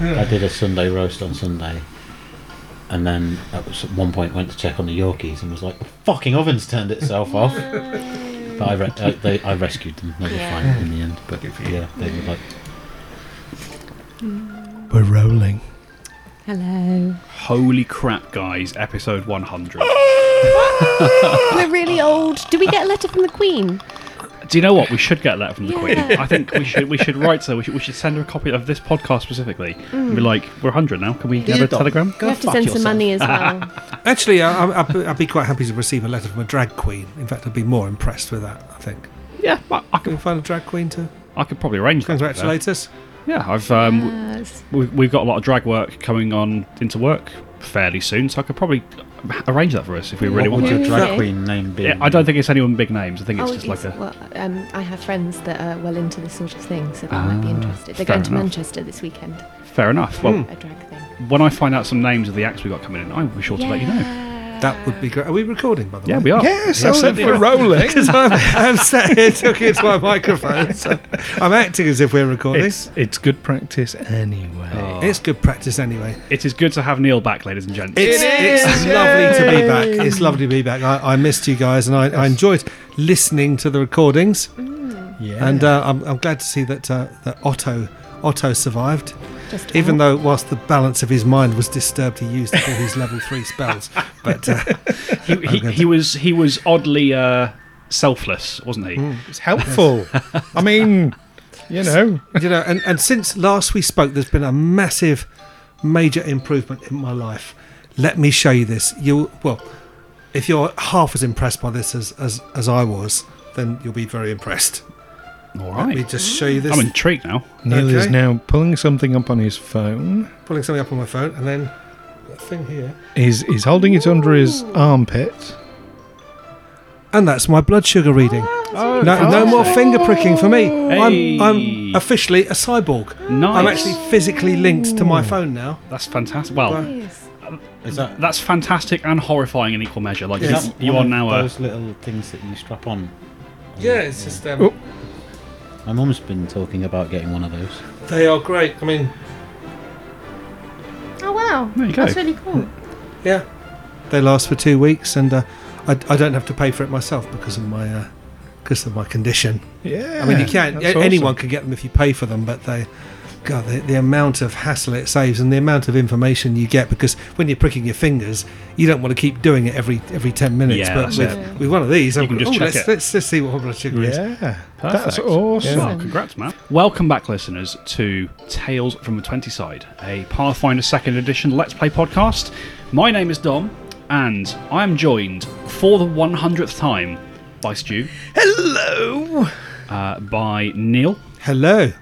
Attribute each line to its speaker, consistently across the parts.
Speaker 1: I did a Sunday roast on Sunday, and then at s- one point went to check on the Yorkies and was like, the fucking oven's turned itself off. But I, re- I, they, I rescued them. They were
Speaker 2: Yeah.
Speaker 1: fine in the end. But
Speaker 3: Good for you.
Speaker 1: yeah, they were like,
Speaker 4: We're rolling.
Speaker 2: Hello.
Speaker 3: Holy crap, guys! Episode 100.
Speaker 2: We're really old. Do we get a letter from the Queen?
Speaker 3: Oh, Do you know what? We should get that from the Queen.
Speaker 2: Yeah.
Speaker 3: I think we should. We should write so. We should, we should send her a copy of this podcast specifically. And be like, we're 100 now. Can we get her a
Speaker 5: Dom,
Speaker 3: telegram?
Speaker 5: go
Speaker 2: we have to
Speaker 5: fuck
Speaker 2: send
Speaker 5: yourself.
Speaker 2: some money as well.
Speaker 6: Actually, I, I, I'd be- I'd be quite happy to receive a letter from a drag queen. In fact, I'd be more impressed with that. I think.
Speaker 3: Yeah, I, I
Speaker 6: Can
Speaker 3: could.
Speaker 6: we find a drag queen to
Speaker 3: I could probably arrange. that.
Speaker 6: congratulate us?
Speaker 3: Yeah, I've um,
Speaker 2: Yes.
Speaker 3: We've, we've got a lot of drag work coming on into work fairly soon, so I could probably arrange that for us if we really
Speaker 1: what
Speaker 3: want
Speaker 1: would your
Speaker 3: to.
Speaker 1: drag
Speaker 2: Okay.
Speaker 1: queen name be?
Speaker 3: Yeah, I don't think it's anyone big names. I think it's
Speaker 2: Oh,
Speaker 3: just like
Speaker 2: it's-
Speaker 3: a.
Speaker 2: well, um, I have friends that are well into this sort of thing, so they might be
Speaker 3: Ah,
Speaker 2: interested. They're
Speaker 3: fair
Speaker 2: going to
Speaker 3: enough.
Speaker 2: Manchester this weekend,
Speaker 3: Fair enough. Well,
Speaker 2: a drag thing.
Speaker 3: when I find out some names of the acts we got coming in, I will be sure to let you know.
Speaker 6: That would be great. Are we recording, by the
Speaker 3: Yeah,
Speaker 6: way?
Speaker 3: we are.
Speaker 5: Yes,
Speaker 3: Yes,
Speaker 5: oh,
Speaker 3: certainly
Speaker 5: we're
Speaker 3: are.
Speaker 5: rolling.
Speaker 6: Because I'm, I'm sat here talking into my microphone, so I'm acting as if we're recording. It's,
Speaker 5: It's, it's good practice anyway.
Speaker 6: good practice anyway.
Speaker 3: It is good to have Neil back, ladies and gents.
Speaker 6: It's, it's lovely to be back. It's lovely to be back. I, I missed you guys, and I, I enjoyed listening to the recordings.
Speaker 5: Yeah.
Speaker 6: And uh, I'm, I'm glad to see that uh, that Otto Otto survived.
Speaker 2: Just
Speaker 6: Even though, whilst the balance of his mind was disturbed, he used all his level three spells. But uh,
Speaker 3: he, he, he was he was oddly uh, selfless, wasn't he?
Speaker 5: it's helpful. I mean, you know.
Speaker 6: you know, and, and since last we spoke, there's been a massive, major improvement in my life. Let me show you this. You well, if you're half as impressed by this as as, as I was, then you'll be very impressed.
Speaker 3: All
Speaker 6: Hmm. Let me
Speaker 3: right.
Speaker 6: just show you this.
Speaker 3: I'm intrigued now.
Speaker 5: Neil is
Speaker 6: Okay.
Speaker 5: now pulling something up on his phone.
Speaker 6: pulling something up on my phone, and then that thing here,
Speaker 5: He's, he's holding it under his armpit.
Speaker 6: and that's my blood sugar reading.
Speaker 3: Oh,
Speaker 6: No, no more finger pricking for me.
Speaker 3: Hey.
Speaker 6: I'm, I'm officially a cyborg.
Speaker 3: Nice.
Speaker 6: I'm actually physically linked to my phone now.
Speaker 3: That's fantastic. Well,
Speaker 6: Right.
Speaker 1: Is that,
Speaker 3: that's fantastic and horrifying in equal measure. Like
Speaker 1: is
Speaker 3: you-
Speaker 1: that
Speaker 3: you are
Speaker 1: one of
Speaker 3: now a.
Speaker 1: those little things that you strap on?
Speaker 6: Yeah, it's just um,
Speaker 5: Oh.
Speaker 1: My mum's been talking about getting one of those.
Speaker 6: they are great. I mean,
Speaker 2: Oh wow,
Speaker 3: There you go.
Speaker 2: that's really cool.
Speaker 3: Hmm.
Speaker 6: yeah, they last for two weeks, and uh, I, I don't have to pay for it myself because of my uh, because of my condition.
Speaker 5: Yeah.
Speaker 6: I mean, you can
Speaker 5: that's
Speaker 6: a- anyone
Speaker 5: awesome.
Speaker 6: can get them if you pay for them, but they. God, the, the amount of hassle it saves and the amount of information you get because when you're pricking your fingers, you don't want to keep doing it every every ten minutes.
Speaker 3: Yeah,
Speaker 6: but
Speaker 3: that's
Speaker 6: with,
Speaker 2: it.
Speaker 6: with one of these, I'm
Speaker 3: can
Speaker 6: going,
Speaker 3: just
Speaker 6: "Oh,
Speaker 3: check
Speaker 6: let's,
Speaker 3: it."
Speaker 6: let's just see what blood sugar is.
Speaker 5: Yeah.
Speaker 3: Perfect.
Speaker 5: That's awesome.
Speaker 3: Well, congrats, man. Welcome back, listeners, to Tales from the 20 Side, a Pathfinder 2nd Edition Let's Play podcast. My name is Dom, and I am joined for the 100th time by Stu,
Speaker 5: Hello.
Speaker 3: uh, by Neil,
Speaker 6: Hello.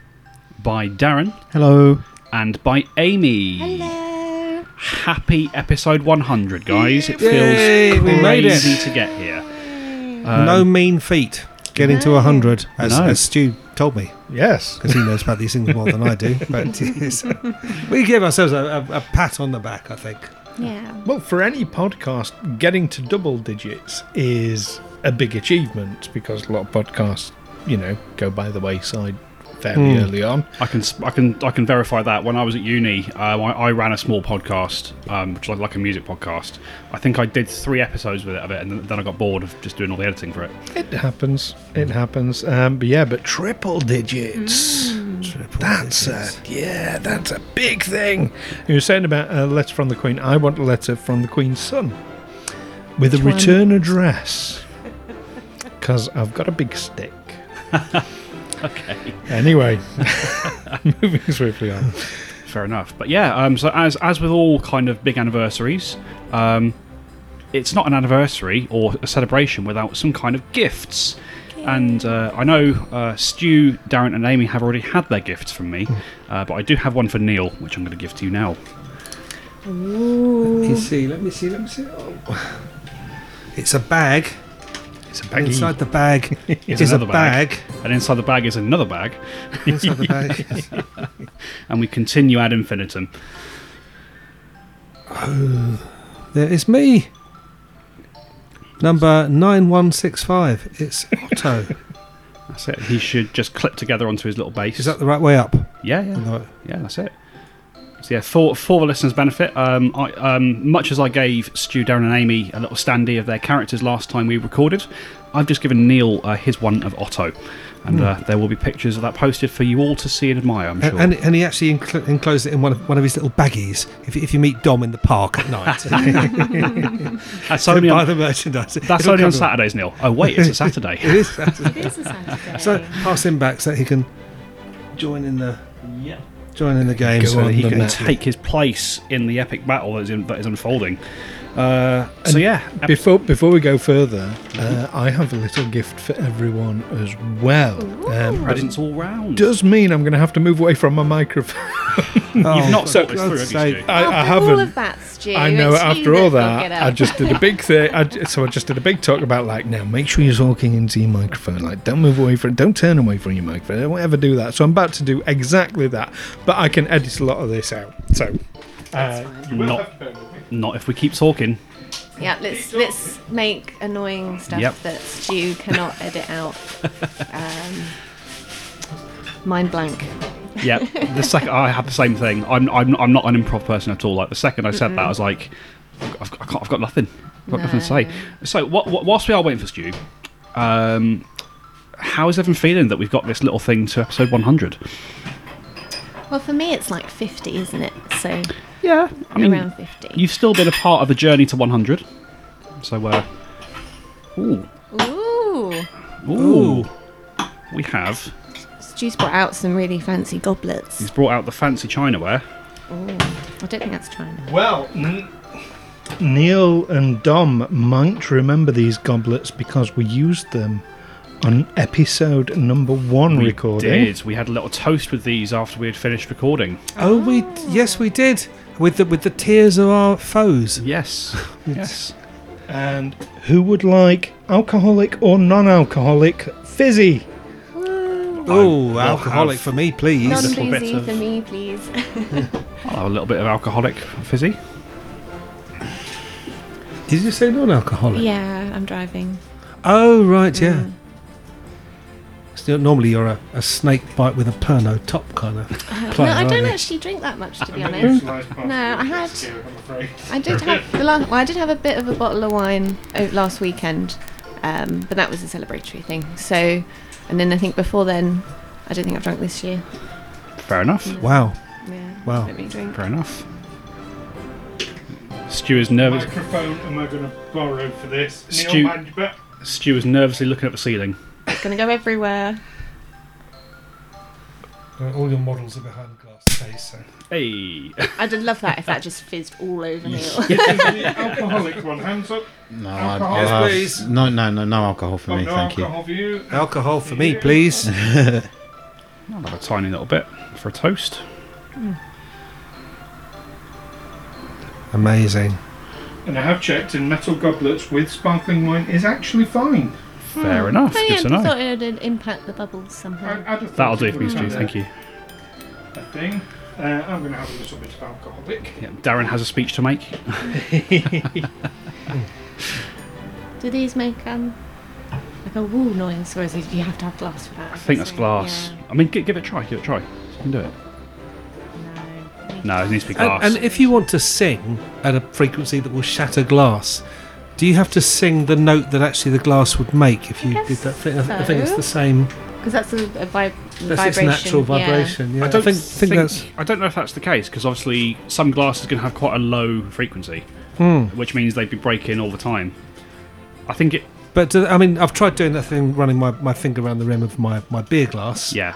Speaker 3: by Darren,
Speaker 5: Hello.
Speaker 3: and by Amy.
Speaker 2: Hello.
Speaker 3: Happy episode 100, guys. It feels
Speaker 6: Yay, we made it.
Speaker 3: crazy to get here.
Speaker 6: no mean feat getting to 100, as,
Speaker 3: No.
Speaker 6: as Stu told me,
Speaker 5: Yes.
Speaker 6: because he knows about these things more than I do. But yes. we give ourselves a, a, a pat on the back, I think.
Speaker 2: Yeah.
Speaker 5: Well, for any podcast, getting to double digits is a big achievement because a lot of podcasts, you know, go by the wayside fairly
Speaker 6: Hmm.
Speaker 5: early on.
Speaker 3: I can I can I can verify that. When I was at uni, um, I, I ran a small podcast, um, which was like a music podcast. I think I did three episodes with it of it, and then, then I got bored of just doing all the editing for it.
Speaker 5: It happens. It happens. Um, but yeah, but triple digits.
Speaker 6: Mm.
Speaker 5: that's a yeah, that's a big thing. You were saying about a letter from the Queen. I want a letter from the Queen's son with a
Speaker 2: one?
Speaker 5: return address because I've got a big stick.
Speaker 3: Okay,
Speaker 5: Anyway, moving swiftly on.
Speaker 3: fair enough. But yeah, um, so as as with all kind of big anniversaries, um, it's not an anniversary or a celebration without some kind of gifts. And uh, I know uh, Stu, Darren, and Amy have already had their gifts from me, uh, but I do have one for Neil, which I'm going to give to you now.
Speaker 6: Let me see, let me see, let me see. Oh. It's a bag.
Speaker 5: It's a baggy.
Speaker 6: Inside the bag
Speaker 3: It's
Speaker 6: is a
Speaker 3: another bag.
Speaker 6: bag.
Speaker 3: And inside the bag is another bag.
Speaker 6: Inside the bag. is-
Speaker 3: and we continue ad infinitum.
Speaker 6: There is me. Number 9165. It's Otto.
Speaker 3: That's it. He should just clip together onto his little base.
Speaker 6: is that the right way up?
Speaker 3: yeah, yeah,
Speaker 6: Right.
Speaker 3: yeah. That's it. So yeah, for for the listeners' benefit, um, I, um, much as I gave Stu, Darren, and Amy a little standee of their characters last time we recorded, I've just given Neil uh, his one of Otto, and
Speaker 5: Hmm.
Speaker 3: uh, there will be pictures of that posted for you all to see and admire. I'm
Speaker 6: And,
Speaker 3: sure.
Speaker 6: and, and he actually encl- enclosed it in one of, one of his little baggies. If, you- if you meet Dom in the park at night,
Speaker 3: that's
Speaker 6: so
Speaker 3: only
Speaker 6: buy
Speaker 3: on,
Speaker 6: the merchandise.
Speaker 3: that's
Speaker 6: It'll
Speaker 3: only on
Speaker 6: cover it.
Speaker 3: Saturdays, Neil. Oh wait, it's a Saturday.
Speaker 6: It is Saturday.
Speaker 4: It is a Saturday.
Speaker 6: so pass him back so that he can join in the join in the game.
Speaker 5: Go
Speaker 6: so
Speaker 5: on
Speaker 6: that he
Speaker 5: the
Speaker 6: can
Speaker 5: map.
Speaker 3: Take his place in the epic battle that is, in, that is unfolding. Uh, so
Speaker 5: And
Speaker 3: yeah, ep-
Speaker 5: Before before we go further, uh, I have a little gift for everyone as well. Um, but it
Speaker 3: presents all round.
Speaker 5: does mean I'm going to have to move away from my microphone.
Speaker 3: You've
Speaker 5: Oh,
Speaker 3: not
Speaker 6: so
Speaker 3: thought this through, have you, Stu?
Speaker 5: I, I
Speaker 2: after all of
Speaker 5: haven't.
Speaker 2: that, Stu,
Speaker 5: I know.
Speaker 2: it's you
Speaker 5: After all
Speaker 2: that's got
Speaker 5: that,
Speaker 2: to
Speaker 5: I
Speaker 2: get up.
Speaker 5: just did a big thing. I, j- so I just did a big talk about like now. Make sure you're talking into your microphone. Like don't move away from. Don't turn away from your microphone. Don't ever do that. So I'm about to do exactly that. But I can edit a lot of this out. So uh,
Speaker 3: Not, not if we keep talking.
Speaker 2: Yeah, let's let's make annoying stuff
Speaker 3: Yep.
Speaker 2: that Stu cannot edit out. Um, mind blank.
Speaker 3: Yeah, the second I had the same thing. I'm, I'm, I'm not an improv person at all. Like the second I said that, I was like, I've, got- I can't, I've got nothing. I've got nothing to say. So, what, what, whilst we are waiting for Stu, um, how is everyone feeling that we've got this little thing to episode 100?
Speaker 2: Well, for me, it's like 50, isn't it? So
Speaker 3: Yeah, I mean,
Speaker 2: around 50.
Speaker 3: you've still been a part of the journey to 100. So, uh, ooh,
Speaker 2: Ooh,
Speaker 3: ooh, we have.
Speaker 2: Stu's brought out some really fancy goblets.
Speaker 3: He's brought out the fancy chinaware.
Speaker 2: Ooh, I don't think that's China.
Speaker 5: Well, n- Neil and Dom might remember these goblets because we used them on episode number one
Speaker 3: We
Speaker 5: recording.
Speaker 3: did. We had a little toast with these after we had finished recording.
Speaker 6: Oh, we yes we did with the with the tears of our foes.
Speaker 3: Yes. yes.
Speaker 5: And who would like alcoholic or non alcoholic fizzy?
Speaker 6: Oh,
Speaker 3: I will
Speaker 6: alcoholic
Speaker 3: have
Speaker 6: for me, please.
Speaker 3: a
Speaker 2: Non
Speaker 3: little bit
Speaker 2: boozy
Speaker 3: of-
Speaker 2: for me, please.
Speaker 3: I'll have a little bit of alcoholic fizzy.
Speaker 6: Did you say non-alcoholic?
Speaker 2: yeah, I'm driving.
Speaker 6: Oh, right,
Speaker 2: Mm.
Speaker 6: yeah. Still, normally you're a, a snake bite with a perno top kind of
Speaker 2: Uh,
Speaker 6: player.
Speaker 2: no, I
Speaker 6: aren't
Speaker 2: don't
Speaker 6: you?
Speaker 2: actually drink that much, to be honest. No, I had. I did have the last. Well, I did have a bit of a bottle of wine o- last weekend, um, but that was a celebratory thing. So, and then I think before then, I don't think I've drunk this year.
Speaker 3: Fair enough.
Speaker 6: Wow.
Speaker 2: Yeah.
Speaker 6: Wow.
Speaker 2: Let me drink.
Speaker 3: Fair enough. Stu is nervous.
Speaker 5: Microphone am I going to borrow for this?
Speaker 3: Neil, Stu- mind Stu is nervously looking at the ceiling.
Speaker 2: It's gonna go everywhere.
Speaker 6: All your models are behind glass case. So.
Speaker 3: Hey.
Speaker 2: I'd love that if that just fizzed all over me.
Speaker 5: alcoholic one, hands up.
Speaker 1: No, I,
Speaker 5: Alcohol.
Speaker 1: I'll
Speaker 6: Yes,
Speaker 1: have-
Speaker 6: please.
Speaker 1: No, no, no, no alcohol for me, thank you.
Speaker 5: for you.
Speaker 6: Alcohol for me, please.
Speaker 3: I'll have a tiny little bit for a toast.
Speaker 6: Amazing.
Speaker 5: And I have checked, and metal goblets with sparkling wine is actually fine.
Speaker 3: Fair enough.
Speaker 2: Oh, I
Speaker 3: Good to know.
Speaker 2: thought it would impact the bubbles somehow.
Speaker 3: That'll do for me,
Speaker 5: Hmm.
Speaker 3: Stu. Thank you.
Speaker 5: Thing. Uh, I'm going to have a little bit of alcoholic.
Speaker 3: Yeah, Darren has a speech to make.
Speaker 2: Do these make um like a woo noise, or is it you have to have glass for that?
Speaker 3: I think that's glass. I mean, give, give it a try. Give it a try. You can do it.
Speaker 2: Yeah, no.
Speaker 3: No, it needs to be glass.
Speaker 6: And, and if you want to sing at a frequency that will shatter glass, do you have to sing the note that actually the glass would make if you
Speaker 2: guess
Speaker 6: did that thing? I, th- I think it's
Speaker 2: so.
Speaker 6: the same.
Speaker 2: Because Oh, that's a, a vib-
Speaker 6: That's its
Speaker 2: vibration.
Speaker 6: natural
Speaker 2: yeah.
Speaker 6: vibration. Yeah.
Speaker 3: I don't
Speaker 6: think, think that's.
Speaker 3: I don't know if that's the case because obviously some glass is going to have quite a low frequency,
Speaker 6: Hmm.
Speaker 3: which means they'd be breaking all the time. I think it.
Speaker 6: But uh, I mean, I've tried doing that thing, running my, my finger around the rim of my, my beer glass.
Speaker 3: Yeah,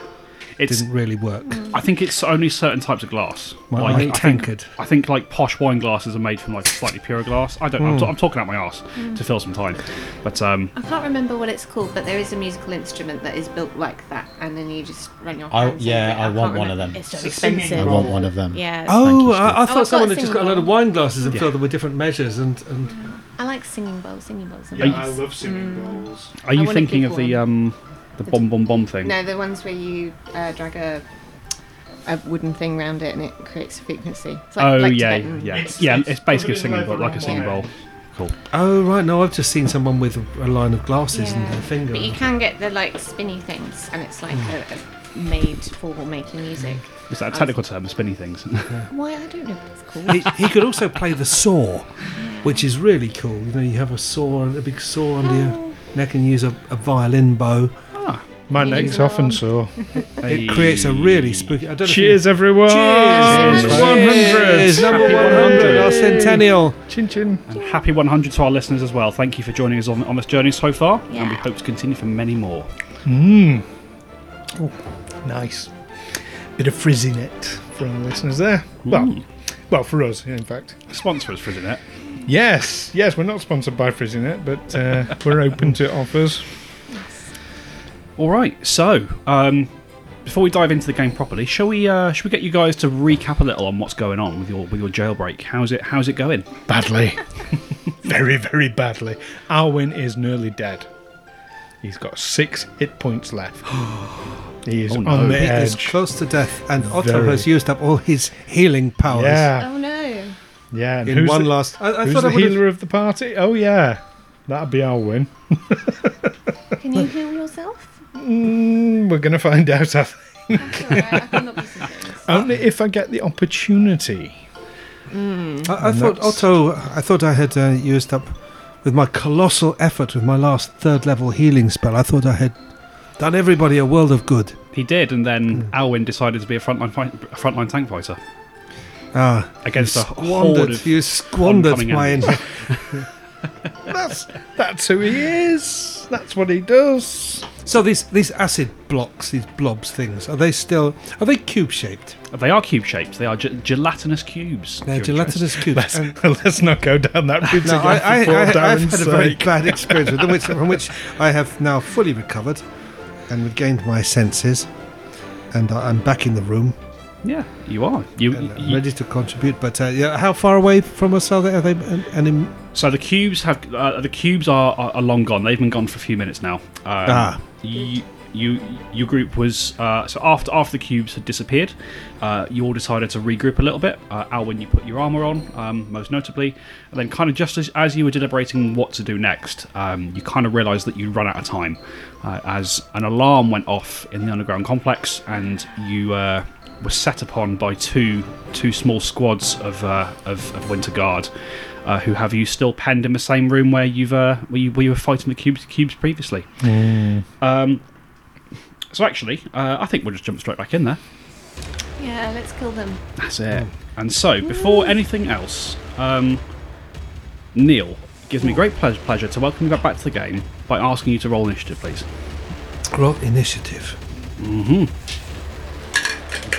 Speaker 3: it's.
Speaker 6: Didn't really work.
Speaker 2: Mm.
Speaker 3: I think it's only certain types of glass.
Speaker 6: My,
Speaker 3: Like,
Speaker 6: my
Speaker 3: I think-
Speaker 6: tankard.
Speaker 3: I think like posh wine glasses are made from like slightly purer glass. I don't.
Speaker 6: Hmm.
Speaker 3: know. I'm, t- I'm talking out my ass to fill some time, but um,
Speaker 2: I can't remember what it's called, but there is a musical instrument that is built like that, and then you just run your
Speaker 1: I-
Speaker 2: hands.
Speaker 1: yeah,
Speaker 2: over it.
Speaker 1: I want
Speaker 2: can't
Speaker 1: one
Speaker 2: remember.
Speaker 1: of them.
Speaker 2: It's so
Speaker 5: It's a singing
Speaker 1: I
Speaker 2: expensive.
Speaker 1: want one of them.
Speaker 2: Yeah.
Speaker 1: you,
Speaker 6: Oh,
Speaker 1: Steve.
Speaker 6: I, I thought
Speaker 2: I've got a
Speaker 6: someone had just got
Speaker 2: single
Speaker 6: a load of
Speaker 2: one.
Speaker 6: wine glasses and filled them with different measures and, and
Speaker 2: I like singing bowls. Singing bowls. are
Speaker 5: Yeah, I
Speaker 2: nice.
Speaker 5: love singing
Speaker 2: Mm.
Speaker 5: bowls.
Speaker 3: are you
Speaker 2: wanna
Speaker 3: thinking
Speaker 2: pick
Speaker 3: of the
Speaker 2: one.
Speaker 3: um, the bomb bomb bomb thing?
Speaker 2: No, the ones where you uh, drag a a wooden thing round it and it creates a frequency. It's like,
Speaker 3: oh
Speaker 2: like
Speaker 3: yeah,
Speaker 2: Tibetan.
Speaker 3: yeah,
Speaker 5: It's-
Speaker 3: yeah.
Speaker 5: it's
Speaker 3: It's basically a
Speaker 5: covered in
Speaker 3: singing bowl,
Speaker 5: leather
Speaker 3: like a
Speaker 5: and
Speaker 3: singing
Speaker 5: wire.
Speaker 3: bowl. Cool.
Speaker 6: oh right, no, I've just seen someone with a line of glasses and
Speaker 2: Yeah.
Speaker 6: their finger.
Speaker 2: But you
Speaker 6: and-
Speaker 2: can get the like spinny things, and it's like a, a made for making music.
Speaker 3: Is that a technical term? Spinny things.
Speaker 2: Why I don't know what it's called.
Speaker 6: he, he could also play the saw, which is really cool. You know, you have a saw and a big saw under
Speaker 2: Oh.
Speaker 6: your neck, and use a, a violin bow.
Speaker 5: My neck's off and so.
Speaker 6: It creates a really spooky. I don't know if
Speaker 5: Cheers,
Speaker 6: you-
Speaker 5: everyone!
Speaker 6: Cheers!
Speaker 5: Cheers, 100!
Speaker 6: Cheers! Number
Speaker 3: Happy
Speaker 6: 100, our
Speaker 3: 100.
Speaker 6: centennial.
Speaker 5: Chin chin.
Speaker 3: And happy 100 to our listeners as well. Thank you for joining us on, on this journey so far, and we
Speaker 2: Yeah.
Speaker 3: hope to continue for many more.
Speaker 5: Hmm. Nice. Bit of frizz in it for our listeners there.
Speaker 6: Hmm.
Speaker 5: Well, well, for us, in fact.
Speaker 3: Sponsor us for Jeanette.
Speaker 5: Yes, yes, we're not sponsored by Frizinet, but uh, we're open to offers.
Speaker 3: All right, so um, before we dive into the game properly, shall we? Uh, shall we get you guys to recap a little on what's going on with your with your jailbreak? How's it? How's it going?
Speaker 5: Badly. very, very badly. Arwen is nearly dead. He's got six hit points left. He is
Speaker 3: Oh, no.
Speaker 5: on the
Speaker 6: He is
Speaker 5: edge.
Speaker 6: close to death, and Otto
Speaker 5: Very.
Speaker 6: has used up all his healing powers
Speaker 5: Yeah,
Speaker 2: oh no.
Speaker 5: yeah. And
Speaker 6: in
Speaker 5: who's
Speaker 6: one
Speaker 5: the,
Speaker 6: last. I, I
Speaker 5: who's
Speaker 6: thought I
Speaker 5: the
Speaker 6: would have-
Speaker 5: healer of the party? Oh, yeah. That'd be Arwen.
Speaker 2: Can you heal yourself?
Speaker 5: Mm, we're going to find out. I think.
Speaker 2: That's all right. I cannot be surprised.
Speaker 5: Only if I get the opportunity.
Speaker 6: I, I thought
Speaker 5: that's-
Speaker 6: Otto. I thought I had uh, used up with my colossal effort with my last third level healing spell. I thought I had done everybody a world of good.
Speaker 3: He did, and
Speaker 6: Hmm.
Speaker 3: then Alwyn decided to be a frontline fight, a frontline tank fighter
Speaker 6: Ah,
Speaker 3: against a horde
Speaker 6: squandered.
Speaker 3: of.
Speaker 6: You squandered
Speaker 3: oncoming
Speaker 6: my.
Speaker 3: enemies.
Speaker 5: That's that's who he is. That's what he does.
Speaker 6: so these these acid blocks, these blobs things, are they still? Are they cube shaped?
Speaker 3: They are cube shaped. They are ge- gelatinous cubes.
Speaker 6: They're
Speaker 3: If you're
Speaker 6: gelatinous cubes.
Speaker 5: Let's,
Speaker 6: and-
Speaker 5: let's not go down that route
Speaker 6: No,
Speaker 5: again.
Speaker 6: I, I,
Speaker 5: for poor
Speaker 6: I, I've
Speaker 5: Darren's
Speaker 6: had a very
Speaker 5: sake.
Speaker 6: bad experience with them, which, from which I have now fully recovered and regained my senses. And I- I'm back in the room,
Speaker 3: interested. Yeah, you are. You,
Speaker 6: and uh, I'm
Speaker 3: you-
Speaker 6: ready to contribute. But uh, yeah, how far away from us are they? Are they um, an, an im-
Speaker 3: so the cubes have uh, the cubes are, are are long gone. They've been gone for a few minutes now. Um,
Speaker 6: Ah.
Speaker 3: You, you, your group was uh, so after after the cubes had disappeared, uh, you all decided to regroup a little bit. Uh, Alwyn, you put your armor on, um, most notably, and then kind of just as, as you were deliberating what to do next, um, you kind of realised that you run out of time, uh, as an alarm went off in the underground complex, and you uh, were set upon by two two small squads of uh, of, of Winter Guard, uh, who have you still penned in the same room where you've uh, where you, where you were fighting the cubes cubes previously. Um, so actually, uh, I think we'll just jump straight back in there.
Speaker 2: yeah, let's kill them.
Speaker 3: That's it. And so, before anything else, um, Neil it gives me great pleasure, pleasure to welcome you back to the game by asking you to roll initiative, please.
Speaker 6: Roll initiative?
Speaker 3: You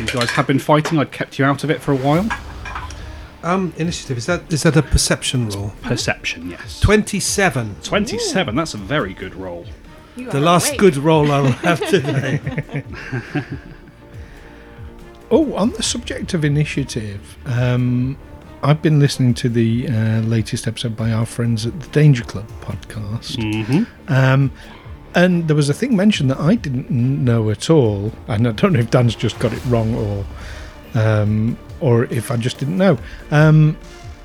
Speaker 3: guys have been fighting. I've kept you out of it for a while.
Speaker 6: Um, initiative is that is that a perception roll?
Speaker 3: Perception, yes.
Speaker 6: Twenty-seven.
Speaker 3: Twenty-seven. That's a very good roll.
Speaker 2: You
Speaker 6: The
Speaker 2: are
Speaker 6: last
Speaker 2: awake.
Speaker 6: good roll I'll have today.
Speaker 5: Oh, on the subject of initiative, um, I've been listening to the uh, latest episode by our friends at the Danger Club podcast,
Speaker 3: Mm-hmm.
Speaker 5: um, and there was a thing mentioned that I didn't n- know at all, and I don't know if Dan's just got it wrong or, um, or if I just didn't know. Um,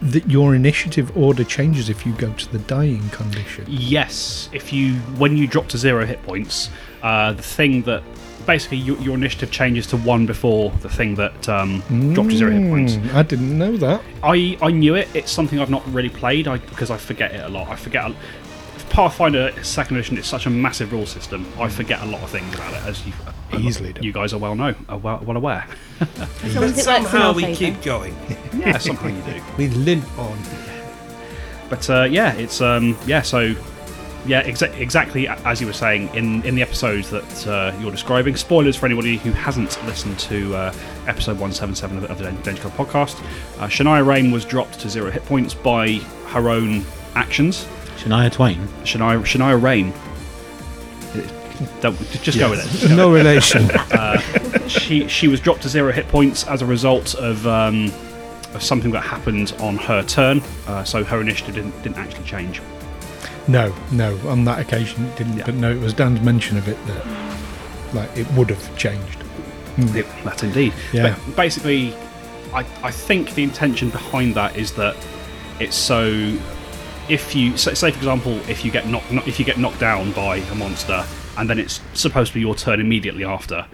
Speaker 5: that your initiative order changes if you go to the dying condition.
Speaker 3: Yes, if you when you drop to zero hit points, uh, the thing that basically your, your initiative changes to one before the thing that um, dropped to zero hit points.
Speaker 5: Mm, I didn't know that.
Speaker 3: I, I knew it. It's something I've not really played I, because I forget it a lot. I forget. A, Pathfinder Second Edition is such a massive rule system. I forget a lot of things about it, as you
Speaker 5: Easily done.
Speaker 3: you guys are well know, are well, well aware.
Speaker 2: As long as it works in
Speaker 6: Somehow
Speaker 2: our
Speaker 6: we
Speaker 2: favour.
Speaker 6: keep going.
Speaker 3: Yeah, somehow you do.
Speaker 6: We limp on.
Speaker 3: But uh, yeah, it's um, yeah. So yeah, exa- exactly a- as you were saying in in the episodes that uh, you're describing. Spoilers for anybody who hasn't listened to uh, episode one seven seven of the Danger Club podcast. Uh, Shania Rain was dropped to zero hit points by her own actions.
Speaker 1: Shania Twain.
Speaker 3: Shania Shania Rain. Don't, just go with it.
Speaker 6: No relation.
Speaker 3: She she was dropped to zero hit points as a result of um, of something that happened on her turn. Uh, so her initiative didn't didn't actually change.
Speaker 5: No, no, on that occasion it didn't.
Speaker 3: Yeah.
Speaker 5: But no, it was Dan's mention of it that, like, it would have changed.
Speaker 3: It- That indeed.
Speaker 5: Yeah.
Speaker 3: But basically, I, I think the intention behind that is that it's so if you say, say for example if you get knocked kno- if you get knocked down by a monster and then it's supposed to be your turn immediately after.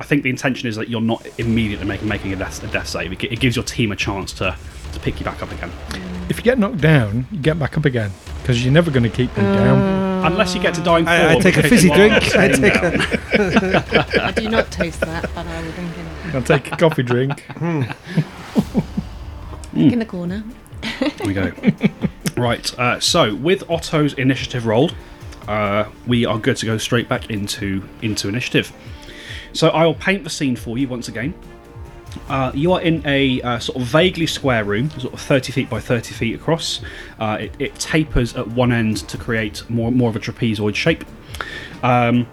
Speaker 3: I think the intention is that you're not immediately making making a death, a death save. It, gi- it gives your team a chance to, to pick you back up again,
Speaker 5: If you get knocked down, you get back up again because you're never going to keep them down.
Speaker 3: unless you get to dying.
Speaker 6: Mm. I- I
Speaker 3: form,
Speaker 6: take a
Speaker 3: which
Speaker 6: fizzy
Speaker 3: is why I'm
Speaker 6: drink, I
Speaker 3: sitting
Speaker 6: take
Speaker 3: down.
Speaker 2: I do not taste that, but I will drink it
Speaker 5: I'll take a coffee drink.
Speaker 6: Hmm.
Speaker 2: in the corner.
Speaker 3: Here we go. right. Uh, so with Otto's initiative rolled, uh, we are good to go straight back into into initiative. So I will paint the scene for you once again. Uh, you are in a uh, sort of vaguely square room, sort of 30 feet by 30 feet across. Uh, it, it tapers at one end to create more more of a trapezoid shape. Um,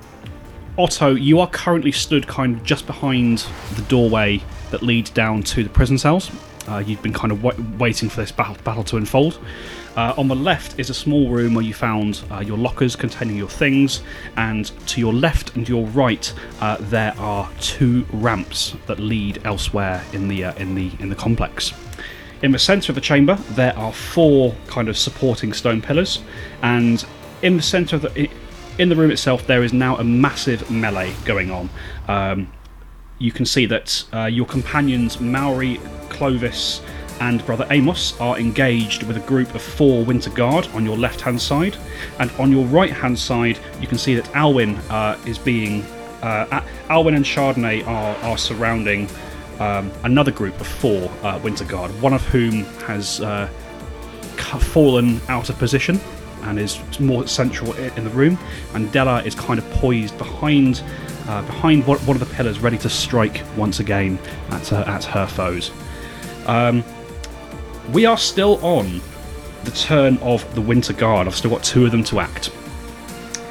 Speaker 3: Otto, you are currently stood kind of just behind the doorway that leads down to the prison cells. Uh, you've been kind of wa waiting for this battle, battle to unfold. Uh, on the left is a small room where you found uh, your lockers containing your things, and to your left and your right uh, there are two ramps that lead elsewhere in the uh, in the in the complex. In the centre of the chamber, there are four kind of supporting stone pillars, and in the centre of the in the room itself, there is now a massive melee going on. Um, you can see that uh, your companions Maori, Clovis, and Brother Amos are engaged with a group of four Winter Guard on your left hand side, and on your right hand side, you can see that Alwyn uh, is being. Uh, A- Alwyn and Chardonnay are, are surrounding um, another group of four uh, Winter Guard, one of whom has uh, ca- fallen out of position and is more central i- in the room. And Della is kind of poised behind uh, behind one one of the pillars, ready to strike once again at her, at her foes. Um, we are still on the turn of the Winter Guard. I've still got two of them to act.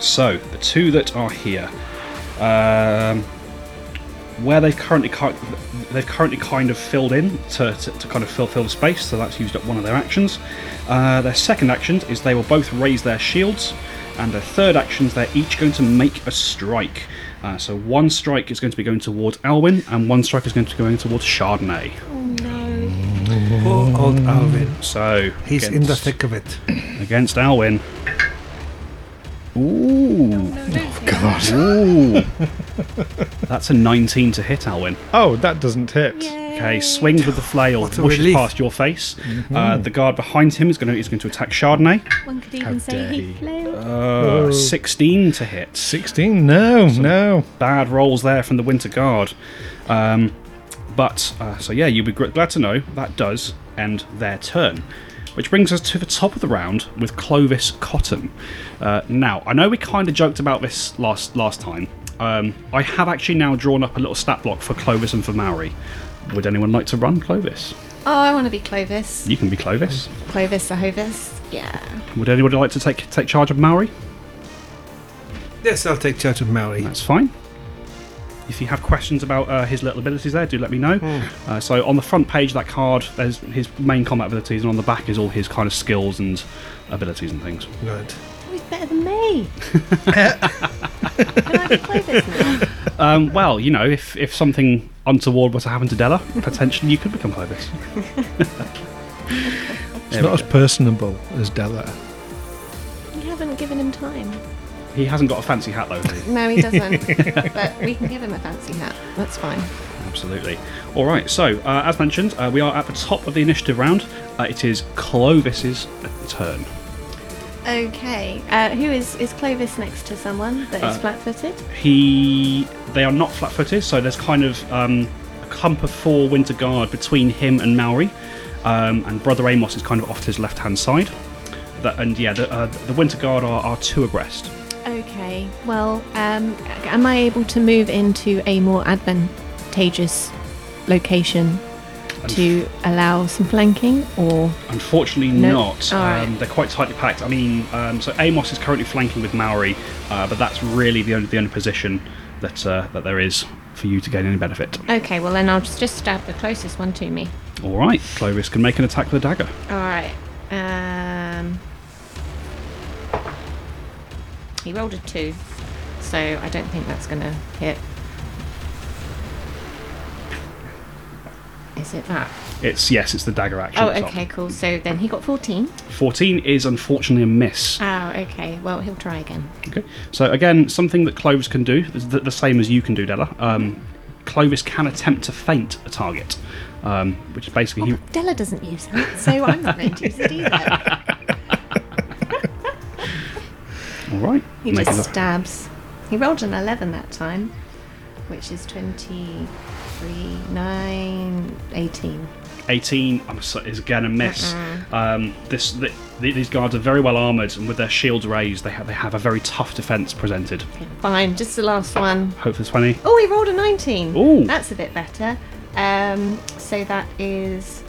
Speaker 3: So the two that are here. Um, where they've currently ki- they've currently kind of filled in to, to, to kind of fill, fill the space. So that's used up one of their actions. Uh, their second action is they will both raise their shields, and their third actions they're each going to make a strike. Uh, so one strike is going to be going towards Alwyn, and one strike is going to be going towards Chardonnay.
Speaker 6: Poor old Alvin.
Speaker 3: So
Speaker 6: He's in the thick of it.
Speaker 3: against Alwyn. Ooh, ooh, that's a 19 to hit, Alwyn.
Speaker 5: Oh, that doesn't hit.
Speaker 3: Okay, swings with the flail,
Speaker 6: a
Speaker 3: pushes
Speaker 6: relief. Mm-hmm.
Speaker 3: past your face. Uh, the guard behind him is going to is going to attack Chardonnay.
Speaker 2: One could even say he flailed.
Speaker 3: Uh, Sixteen to hit.
Speaker 5: 16? No, no.
Speaker 3: Bad rolls there from the Winter Guard. Um, but uh, so yeah, you'll be gr- glad to know that does end their turn. Which brings us to the top of the round with Clovis Cotton. Uh, now, I know we kind of joked about this last last time. Um, I have actually now drawn up a little stat block for Clovis and for Maori. Would anyone like to run Clovis?
Speaker 2: Oh, I want to be Clovis.
Speaker 3: You can be Clovis.
Speaker 2: Clovis the Hovis. Yeah.
Speaker 3: Would anybody like to take take charge of Maori?
Speaker 6: Yes, I'll take charge of Maori.
Speaker 3: That's fine. If you have questions about uh, his little abilities there, do let me know. Uh, so on the front page of that card, there's his main combat abilities, and on the back is all his kind of skills and abilities and things.
Speaker 6: Right.
Speaker 2: Oh, he's better than me. Can I be Clovis now?
Speaker 3: Um, well, you know, if, if something untoward were to happen to Della, potentially you could become Clovis.
Speaker 5: It's not as personable as Della.
Speaker 2: We haven't given him time.
Speaker 3: He hasn't got a fancy hat though. has he?
Speaker 2: No, he doesn't. but we can give him a fancy hat. That's fine.
Speaker 3: Absolutely. All right. So uh, as mentioned, uh, we are at the top of the initiative round. Uh, it is Clovis's turn.
Speaker 2: Okay. Uh, who is is Clovis next to someone that
Speaker 6: Uh,
Speaker 2: is flat-footed?
Speaker 3: he they are not flat-footed so there's kind of um, a clump of four winter guard between him and maori um, and brother amos is kind of off to his left-hand side that, and yeah the, uh, the winter guard are, are two abreast
Speaker 2: Okay. Well, um, am I able to move into a more advantageous location to allow some flanking, or
Speaker 3: unfortunately
Speaker 2: No.
Speaker 3: not
Speaker 2: All
Speaker 3: um,
Speaker 2: right.
Speaker 3: they're quite tightly packed i mean um, so amos is currently flanking with maori uh, but that's really the only, the only position that, uh, that there is for you to gain any benefit
Speaker 2: okay? Well, then I'll just stab the closest one to me.
Speaker 3: all right clovis can make an attack with a dagger
Speaker 2: All right. Um, he rolled a two, so I don't think that's gonna hit. Is it that?
Speaker 3: it's yes it's the dagger action
Speaker 2: Oh,
Speaker 3: at the top.
Speaker 2: okay, cool. So then he got 14.
Speaker 3: 14 is unfortunately a miss
Speaker 2: Oh, okay. Well, he'll try again.
Speaker 3: Okay. So again, something that Cloves can do is the, the same as you can do, Della. Um, Clovis can attempt to feint a target, um, which is basically he,
Speaker 2: Della doesn't use that, so I'm not going to use it either.
Speaker 3: all right.
Speaker 2: He
Speaker 3: Make
Speaker 2: just
Speaker 3: another-
Speaker 2: stabs. He rolled an 11 that time, which is 23, 9, 18.
Speaker 3: 18 I'm so- is again a miss. Um, this th th these guards are very well armoured, and with their shields raised, they, ha- they have a very tough defence presented.
Speaker 2: Fine, just the last one.
Speaker 3: Hopefully, 20.
Speaker 2: Oh, he rolled a 19.
Speaker 3: Ooh.
Speaker 2: That's a bit better. Um, so that is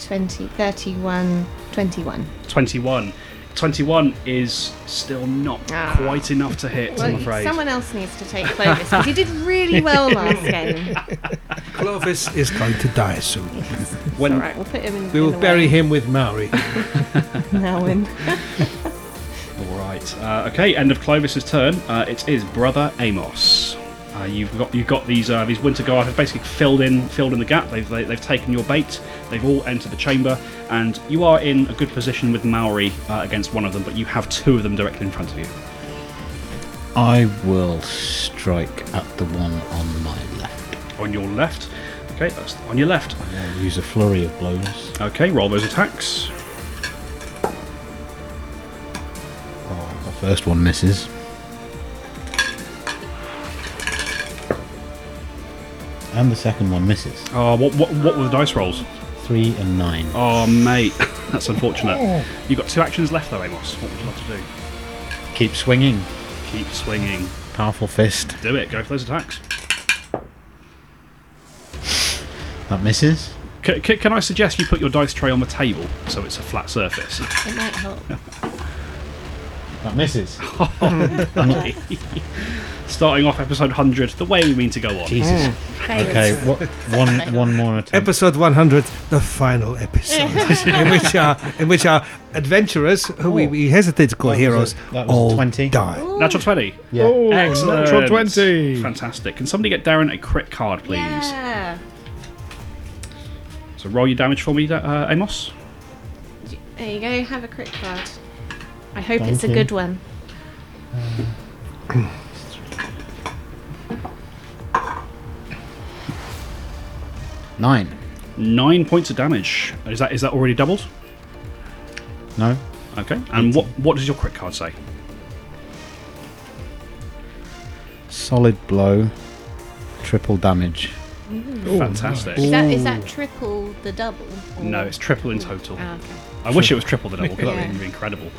Speaker 2: 20, 31, 21.
Speaker 3: 21. 21 is still not
Speaker 2: Ah.
Speaker 3: quite enough to hit, I'm
Speaker 2: Well,
Speaker 3: afraid.
Speaker 2: someone else needs to take Clovis because he did really well last game.
Speaker 6: Clovis is going to die soon.
Speaker 3: When-
Speaker 2: All right, we'll put him in.
Speaker 6: We
Speaker 2: in
Speaker 6: will
Speaker 2: the
Speaker 6: bury
Speaker 2: way
Speaker 6: him with Maori.
Speaker 2: Now in.
Speaker 3: All right. Uh, okay. End of Clovis's turn. Uh, it is brother Amos. Uh, you've got you've got these uh, these Winter Guard have basically filled in filled in the gap. They've they, they've taken your bait. They've all entered the chamber, and you are in a good position with Maori uh, against one of them. But you have two of them directly in front of you.
Speaker 1: I will strike at the one on my left.
Speaker 3: On your left. Okay. That's on your left.
Speaker 1: I'll use a flurry of blows.
Speaker 3: Okay. Roll those attacks.
Speaker 1: Oh, the first one misses. And the second one misses.
Speaker 3: Uh, what what what were the dice rolls?
Speaker 1: Three and nine.
Speaker 3: Oh mate, that's unfortunate. You've got two actions left though, Amos. What would you like to do?
Speaker 1: Keep swinging.
Speaker 3: Keep swinging.
Speaker 1: Powerful fist.
Speaker 3: Do it. Go for those attacks.
Speaker 1: That misses.
Speaker 3: Can, can, can I suggest you put your dice tray on the table so it's a flat surface?
Speaker 2: It might help.
Speaker 1: That misses.
Speaker 3: Starting off episode 100, the way we mean to go on.
Speaker 1: Jesus. Okay, what, one one more attempt.
Speaker 6: Episode 100, the final episode, in which our in which our adventurers, who we, we hesitate to call
Speaker 1: That was a-
Speaker 6: heroes,
Speaker 1: that was a
Speaker 6: all
Speaker 1: 20.
Speaker 6: die.
Speaker 3: Natural 20.
Speaker 5: Oh,
Speaker 3: Excellent.
Speaker 5: natural 20.
Speaker 3: Fantastic. Can somebody get Darren a crit card, please?
Speaker 2: Yeah.
Speaker 3: So roll your damage for me, Da- uh, Amos.
Speaker 2: There you go. Have a crit card. I hope
Speaker 1: Thank
Speaker 2: it's a
Speaker 1: you.
Speaker 2: good one.
Speaker 1: Nine.
Speaker 3: Nine points of damage. Is that is that already doubled?
Speaker 1: No?
Speaker 3: Okay. And what, what does your crit card say?
Speaker 1: Solid blow. Triple damage.
Speaker 3: Fantastic.
Speaker 2: Is that, is that triple the double? or-
Speaker 3: No, it's triple in total.
Speaker 2: Ah, okay.
Speaker 3: I wish it was triple the double because that
Speaker 2: Yeah.
Speaker 3: would be incredible.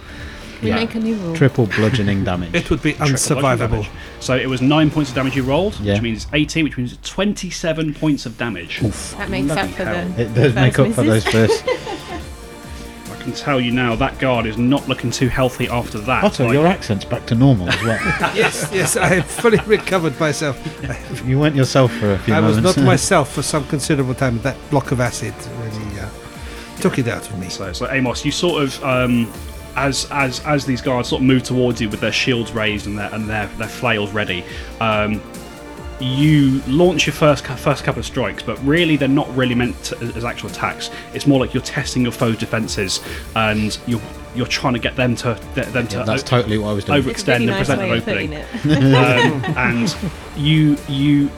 Speaker 2: We
Speaker 1: Yeah.
Speaker 2: make a new rule.
Speaker 1: Triple bludgeoning damage.
Speaker 6: It would be
Speaker 3: Triple bludgeon
Speaker 6: unsurvivable.
Speaker 3: damage. So it was nine points of damage you rolled,
Speaker 1: Yeah.
Speaker 3: which means 18, which means 27 points of damage.
Speaker 2: that makes up
Speaker 3: bloody
Speaker 2: for
Speaker 3: hell.
Speaker 2: the.
Speaker 1: It does
Speaker 2: first
Speaker 1: make up for
Speaker 2: misses.
Speaker 1: those first.
Speaker 3: I can tell you now that guard is not looking too healthy after that.
Speaker 1: Otto,
Speaker 3: Like,
Speaker 1: your accent's back to normal as well.
Speaker 6: yes, yes, I have fully recovered myself.
Speaker 1: you weren't yourself for a few
Speaker 6: I was
Speaker 1: moments.
Speaker 6: not myself for some considerable time. That block of acid really uh, took it out of me.
Speaker 3: so, so Amos, you sort of um, as as as these guards sort of move towards you with their shields raised and their and their, their flails ready. Um, you launch your first cou- first couple of strikes, but really they're not really meant to, as actual attacks. It's more like you're testing your foe's defenses and you're you're trying to get them to th- them to
Speaker 1: That's
Speaker 3: o-
Speaker 1: totally what I was doing.
Speaker 3: over-
Speaker 2: It's a really
Speaker 3: extend and
Speaker 2: nice
Speaker 3: present
Speaker 2: way
Speaker 3: an
Speaker 2: of putting
Speaker 3: opening.
Speaker 2: it.
Speaker 3: um, and you you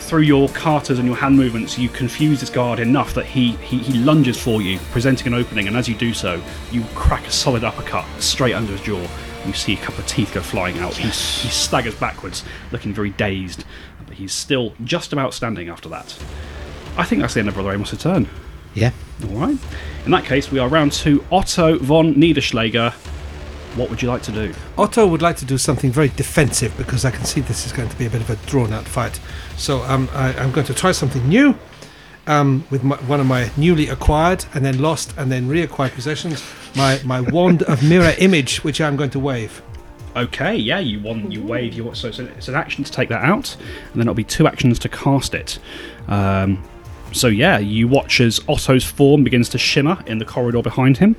Speaker 3: through your carters and your hand movements you confuse this guard enough that he, he he lunges for you presenting an opening and as you do so you crack a solid uppercut straight under his jaw you see a couple of teeth go flying out he, he staggers backwards looking very dazed but he's still just about standing after that i think that's the end of brother amos' turn
Speaker 1: Yeah.
Speaker 3: all right in that case we are round to otto von niederschläger what would you like to do
Speaker 6: Otto would like to do something very defensive because I can see this is going to be a bit of a drawn out fight. So um, I, I'm going to try something new um, with my, one of my newly acquired and then lost and then reacquired possessions my, my wand of mirror image, which I'm going to wave.
Speaker 3: Okay, yeah, you won. You wave. You so it's an, it's an action to take that out, and then it'll be two actions to cast it. Um, so yeah, you watch as Otto's form begins to shimmer in the corridor behind him,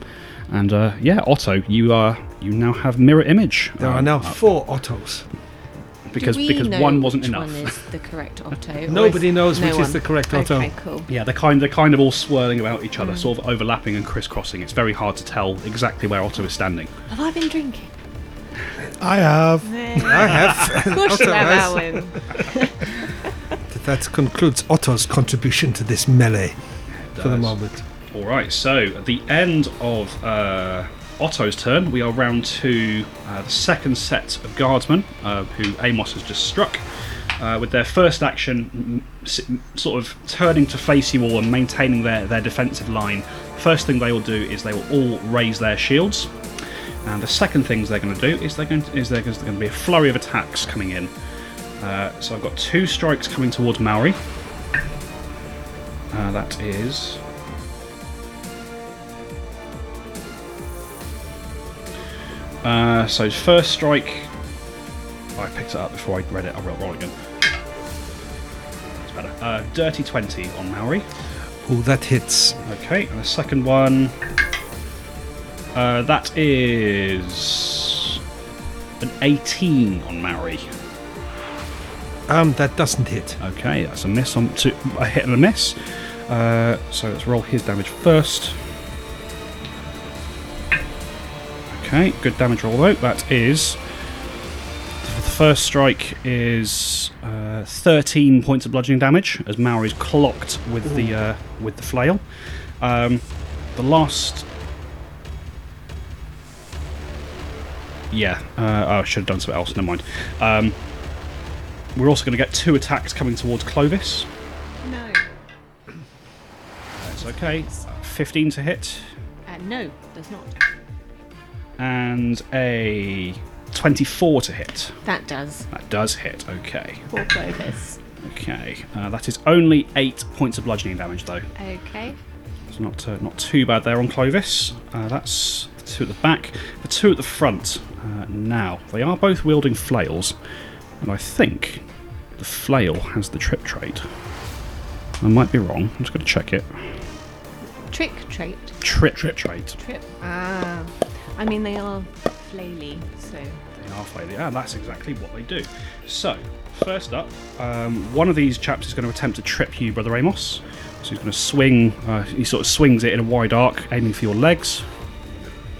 Speaker 3: and uh, yeah, Otto, you are you now have mirror image
Speaker 6: There are
Speaker 3: um,
Speaker 6: now four Ottos.
Speaker 3: because
Speaker 2: Do we
Speaker 3: because
Speaker 2: know
Speaker 3: one wasn't
Speaker 2: which
Speaker 3: enough.
Speaker 2: One is the correct Otto. or is-
Speaker 6: Nobody knows which is the correct Otto.
Speaker 2: Okay, cool.
Speaker 3: Yeah, they're kind they're kind of all swirling about each
Speaker 2: Hmm.
Speaker 3: other, sort of overlapping and crisscrossing. It's very hard to tell exactly where Otto is standing.
Speaker 2: Have I been drinking?
Speaker 5: I have.
Speaker 2: of
Speaker 6: I have.
Speaker 2: course you
Speaker 6: Otto
Speaker 2: have,
Speaker 6: has.
Speaker 2: Alan.
Speaker 6: Did That concludes Otto's contribution to this melee for the
Speaker 3: Does.
Speaker 6: moment.
Speaker 3: All right. So at the end of uh, Otto's turn, we are round to uh, the second set of guardsmen uh, who Amos has just struck. Uh, with their first action, m- s- sort of turning to face you all and maintaining their, their defensive line, first thing they will do is they will all raise their shields. And the second things they're going to do is they're going to, is there's going to be a flurry of attacks coming in. Uh, so I've got two strikes coming towards Maori. Uh, that is Uh, so first strike. Oh, I picked it up before I read it. I'll roll, roll again. It's better. Uh, dirty twenty on Maori.
Speaker 6: Oh, that hits.
Speaker 3: Okay, and the second one. Uh, that is an eighteen on Maori.
Speaker 6: Um, that doesn't hit.
Speaker 3: Okay, that's a miss on two, a hit and a miss. Uh, so let's roll his damage first. Okay, good damage roll though. That is for the first strike is uh, 13 points of bludgeoning damage as Maori's clocked with the uh, with the flail. Um, the last. Yeah, uh, oh, I should have done something else. Never mind. Um, we're also going to get two attacks coming towards Clovis.
Speaker 2: No.
Speaker 3: That's okay. 15 to hit
Speaker 2: Uh, no, does not.
Speaker 3: and a 24 to hit.
Speaker 2: That does.
Speaker 3: That does hit. Okay.
Speaker 2: Poor Clovis.
Speaker 3: Okay. Uh, that is only eight points of bludgeoning damage, though.
Speaker 2: Okay.
Speaker 3: It's not uh, not too bad there on Clovis. Uh, that's the two at the back. The two at the front. Uh, now they are both wielding flails, and I think the flail has the trip trait. I might be wrong. I'm just going to check it.
Speaker 2: Trick trait.
Speaker 3: Trip, trip trait.
Speaker 2: Trip. Ah. I mean, they are flaily, so.
Speaker 3: in halfway there. And that's exactly what they do. So, first up, um, one of these chaps is going to attempt to trip you, Brother Amos. So he's going to swing, uh, he sort of swings it in a wide arc, aiming for your legs.